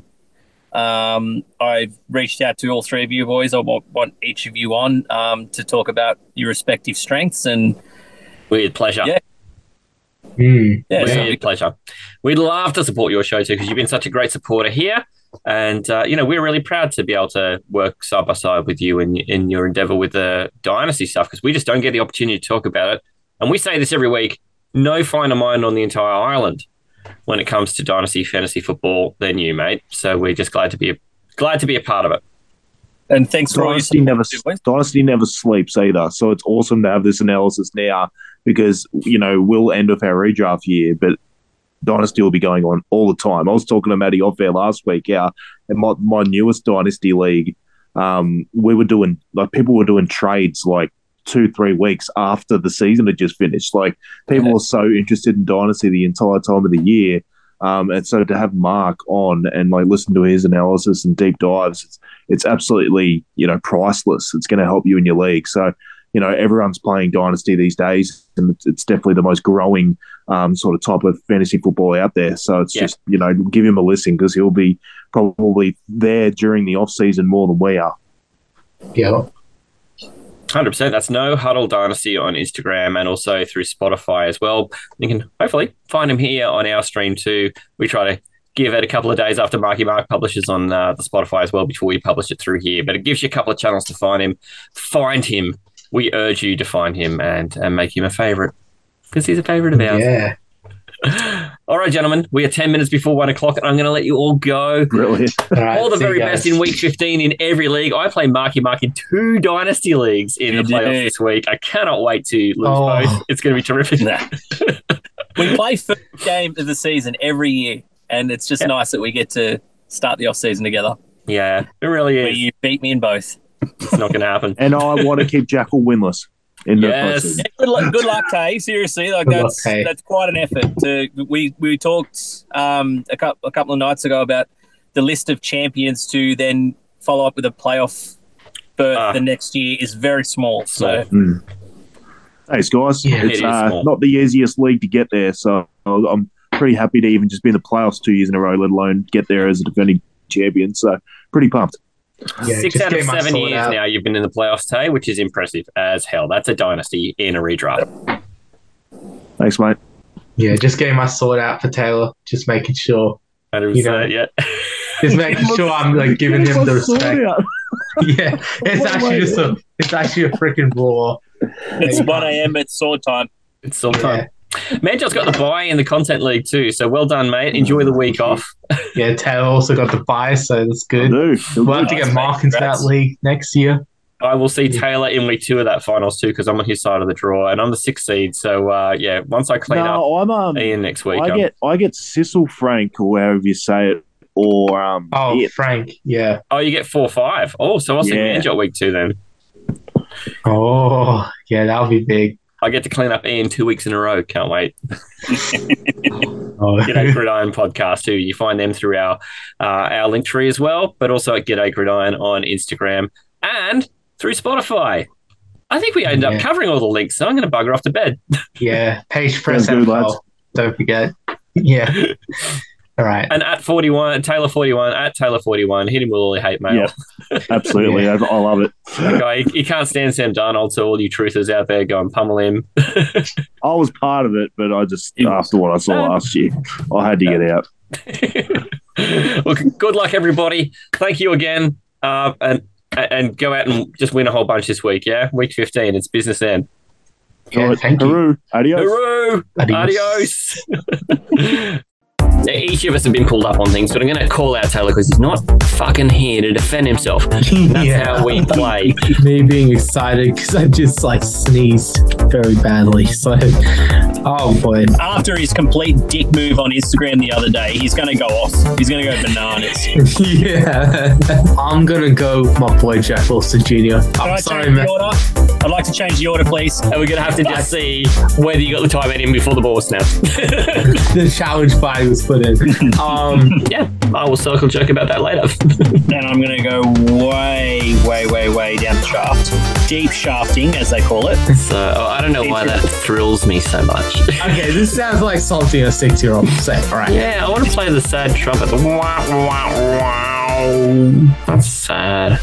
[SPEAKER 7] um, I've reached out to all three of you boys. I want, want each of you on um, to talk about your respective strengths and
[SPEAKER 1] With pleasure.
[SPEAKER 7] Yeah.
[SPEAKER 5] Mm.
[SPEAKER 7] yeah,
[SPEAKER 1] With
[SPEAKER 7] so-
[SPEAKER 1] pleasure. We'd love to support your show too because you've been such a great supporter here. And, uh, you know, we're really proud to be able to work side by side with you in, in your endeavor with the Dynasty stuff because we just don't get the opportunity to talk about it. And we say this every week no finer mind on the entire island when it comes to Dynasty fantasy football than you, mate. So we're just glad to be glad to be a part of it.
[SPEAKER 7] and thanks for all your
[SPEAKER 6] Dynasty
[SPEAKER 7] support.
[SPEAKER 6] never
[SPEAKER 7] too, boys.
[SPEAKER 6] Dynasty never sleeps either, so it's awesome to have this analysis now because you know we'll end with our redraft year, but Dynasty will be going on all the time. I was talking to Matty off there last week. Yeah, in my, my newest Dynasty league, um, we were doing like people were doing trades like two three weeks after the season had just finished. Like people are so interested in Dynasty the entire time of the year. Um, and so to have Mark on and like listen to his analysis and deep dives, it's, it's absolutely you know priceless. It's going to help you in your league. So you know everyone's playing Dynasty these days, and it's, it's definitely the most growing um, sort of type of fantasy football out there. So it's
[SPEAKER 1] Yeah.
[SPEAKER 6] just you know give him a listen because he'll be probably there during the off season more than we are. (laughs)
[SPEAKER 5] Yeah,
[SPEAKER 1] Hundred percent. That's no huddle dynasty on Instagram and also through Spotify as well. You can hopefully find him here on our stream too. We try to give it a couple of days after Marky Mark publishes on uh, the Spotify as well before we publish it through here. But it gives you a couple of channels to find him. Find him. We urge you to find him and, and make him a favorite because he's a favorite of ours.
[SPEAKER 5] yeah.
[SPEAKER 1] All right, gentlemen, we are ten minutes before one o'clock, and I'm going to let you all go.
[SPEAKER 6] Brilliant.
[SPEAKER 5] All, right,
[SPEAKER 1] all the
[SPEAKER 5] see you
[SPEAKER 1] very
[SPEAKER 5] guys.
[SPEAKER 1] best in week 15 in every league. I play Marky Mark in two dynasty leagues in the
[SPEAKER 7] You
[SPEAKER 1] playoffs
[SPEAKER 7] did.
[SPEAKER 1] this week. I cannot wait to lose
[SPEAKER 5] Oh.
[SPEAKER 1] both. It's going to be
[SPEAKER 7] (laughs)
[SPEAKER 1] terrific.
[SPEAKER 7] we play first game of the season every year, and it's just
[SPEAKER 1] Yeah.
[SPEAKER 7] nice that we get to start the off season together.
[SPEAKER 1] Yeah, it really
[SPEAKER 7] Where
[SPEAKER 1] is.
[SPEAKER 7] you beat me in both. (laughs)
[SPEAKER 1] It's not going to happen.
[SPEAKER 6] And I want to keep Jackal winless in the
[SPEAKER 1] Yes.
[SPEAKER 6] postseason.
[SPEAKER 7] Good luck, good luck, Tay. Seriously, like
[SPEAKER 5] Good luck,
[SPEAKER 7] that's
[SPEAKER 5] Tay.
[SPEAKER 7] that's quite an effort. To we we talked um, a couple a couple of nights ago about the list of champions to then follow up with a playoff berth
[SPEAKER 1] Ah.
[SPEAKER 7] the next year is very small. So
[SPEAKER 6] Thanks, guys.
[SPEAKER 5] Yeah.
[SPEAKER 1] It
[SPEAKER 6] it's
[SPEAKER 1] is
[SPEAKER 6] uh,
[SPEAKER 1] small.
[SPEAKER 6] not the easiest league to get there, so I'm pretty happy to even just be in the playoffs two years in a row, let alone get there as a defending champion. So pretty pumped.
[SPEAKER 5] (laughs) Yeah,
[SPEAKER 1] Six
[SPEAKER 5] just
[SPEAKER 1] out of
[SPEAKER 5] get my
[SPEAKER 1] seven
[SPEAKER 5] sword
[SPEAKER 1] years
[SPEAKER 5] out.
[SPEAKER 1] now you've been in the playoffs, Tay, which is impressive as hell. That's a dynasty in a redraft.
[SPEAKER 6] Thanks, mate.
[SPEAKER 5] Yeah, just getting my sword out for Taylor. Just making sure.
[SPEAKER 1] 100%.
[SPEAKER 5] You know.
[SPEAKER 1] uh, yeah. (laughs)
[SPEAKER 5] Just making sure I'm like giving him the respect.
[SPEAKER 6] (laughs) out.
[SPEAKER 5] (laughs) Yeah, it's actually just a. It's actually a freaking raw.
[SPEAKER 7] it's one a.m. It's sword time.
[SPEAKER 1] It's still time. Manjo's got the buy in the content league too. So well done, mate. Enjoy the week off.
[SPEAKER 5] Yeah, Taylor also got the buy, so that's good.
[SPEAKER 6] Dude,
[SPEAKER 5] We'll have to
[SPEAKER 7] Nice,
[SPEAKER 5] get
[SPEAKER 7] mate.
[SPEAKER 5] Mark into that
[SPEAKER 7] Congrats.
[SPEAKER 5] league next year.
[SPEAKER 1] I will see Taylor in week two of that finals too because I'm on his side of the draw and I'm the sixth seed. So uh, yeah, once I clean
[SPEAKER 6] no, I'm
[SPEAKER 1] up
[SPEAKER 6] um,
[SPEAKER 1] Ian next week,
[SPEAKER 6] I
[SPEAKER 1] I'm-
[SPEAKER 6] get I get Sissel Frank or however you say it, or um,
[SPEAKER 5] Oh,
[SPEAKER 6] yeah,
[SPEAKER 5] Frank. Yeah.
[SPEAKER 1] oh, you get four five. Oh, so I'll see
[SPEAKER 6] Yeah.
[SPEAKER 1] Manjot week two then.
[SPEAKER 5] Oh, yeah, that'll be big.
[SPEAKER 1] I get to clean up Ian two weeks in a row. Can't wait.
[SPEAKER 5] Oh,
[SPEAKER 1] (laughs) G'day Gridiron podcast too. You find them through our uh, our link tree as well, but also at G'day Gridiron on Instagram and through Spotify. I think we end up
[SPEAKER 5] Yeah.
[SPEAKER 1] covering all the links, so I'm going to bugger off to bed.
[SPEAKER 5] (laughs) yeah. Page press
[SPEAKER 6] Sounds good,
[SPEAKER 5] NFL.
[SPEAKER 6] lads.
[SPEAKER 5] Don't forget. (laughs) Yeah. All right.
[SPEAKER 1] And at 41, Taylor 41, at Taylor 41, hit him with all the hate mail.
[SPEAKER 6] Yeah.
[SPEAKER 5] (laughs)
[SPEAKER 6] absolutely, I, I love it.
[SPEAKER 1] That guy, he, he can't stand Sam Darnold, so all you truthers out there, go and pummel him. (laughs)
[SPEAKER 6] I was part of it, but I just
[SPEAKER 1] It-
[SPEAKER 6] after what I saw last year, I had to get out.
[SPEAKER 1] well, c- good luck, everybody. Thank you again. Uh, and and go out and just win a whole bunch this week, yeah? Week 15, it's business end.
[SPEAKER 5] Yeah, thank you.
[SPEAKER 6] Hooroo. Adios.
[SPEAKER 1] Hooroo! Adios.
[SPEAKER 5] Adios.
[SPEAKER 1] (laughs) Now, each of us have been pulled up on things, but I'm going to call out Taylor because he's not fucking here to defend himself. (laughs) That's how
[SPEAKER 2] (laughs)
[SPEAKER 1] we play.
[SPEAKER 2] me being excited because I just like sneezed very badly. So, oh boy, (laughs)
[SPEAKER 7] After his complete dick move on Instagram the other day, he's going to go off. He's going to go bananas.
[SPEAKER 2] yeah, I'm gonna go. with My boy Jack Wilson Jr.
[SPEAKER 7] Can I
[SPEAKER 2] I'm sorry,
[SPEAKER 7] change
[SPEAKER 2] man.
[SPEAKER 7] the order? I'd like to change the order, please.
[SPEAKER 1] And we're going to have to just see whether you got the time in him before the ball snaps.
[SPEAKER 2] The challenge body was put in. Um,
[SPEAKER 1] (laughs) yeah, I will circle joke about that later. (laughs)
[SPEAKER 7] And I'm going to go way, way, way, way down the shaft. Deep shafting, as they call it.
[SPEAKER 1] so oh, I don't know why that thrills me so much. (laughs)
[SPEAKER 2] okay, this sounds like something a six-year-old would say. All right.
[SPEAKER 1] Yeah, I want to play the sad trumpet. The wah, wah, wow. That's sad.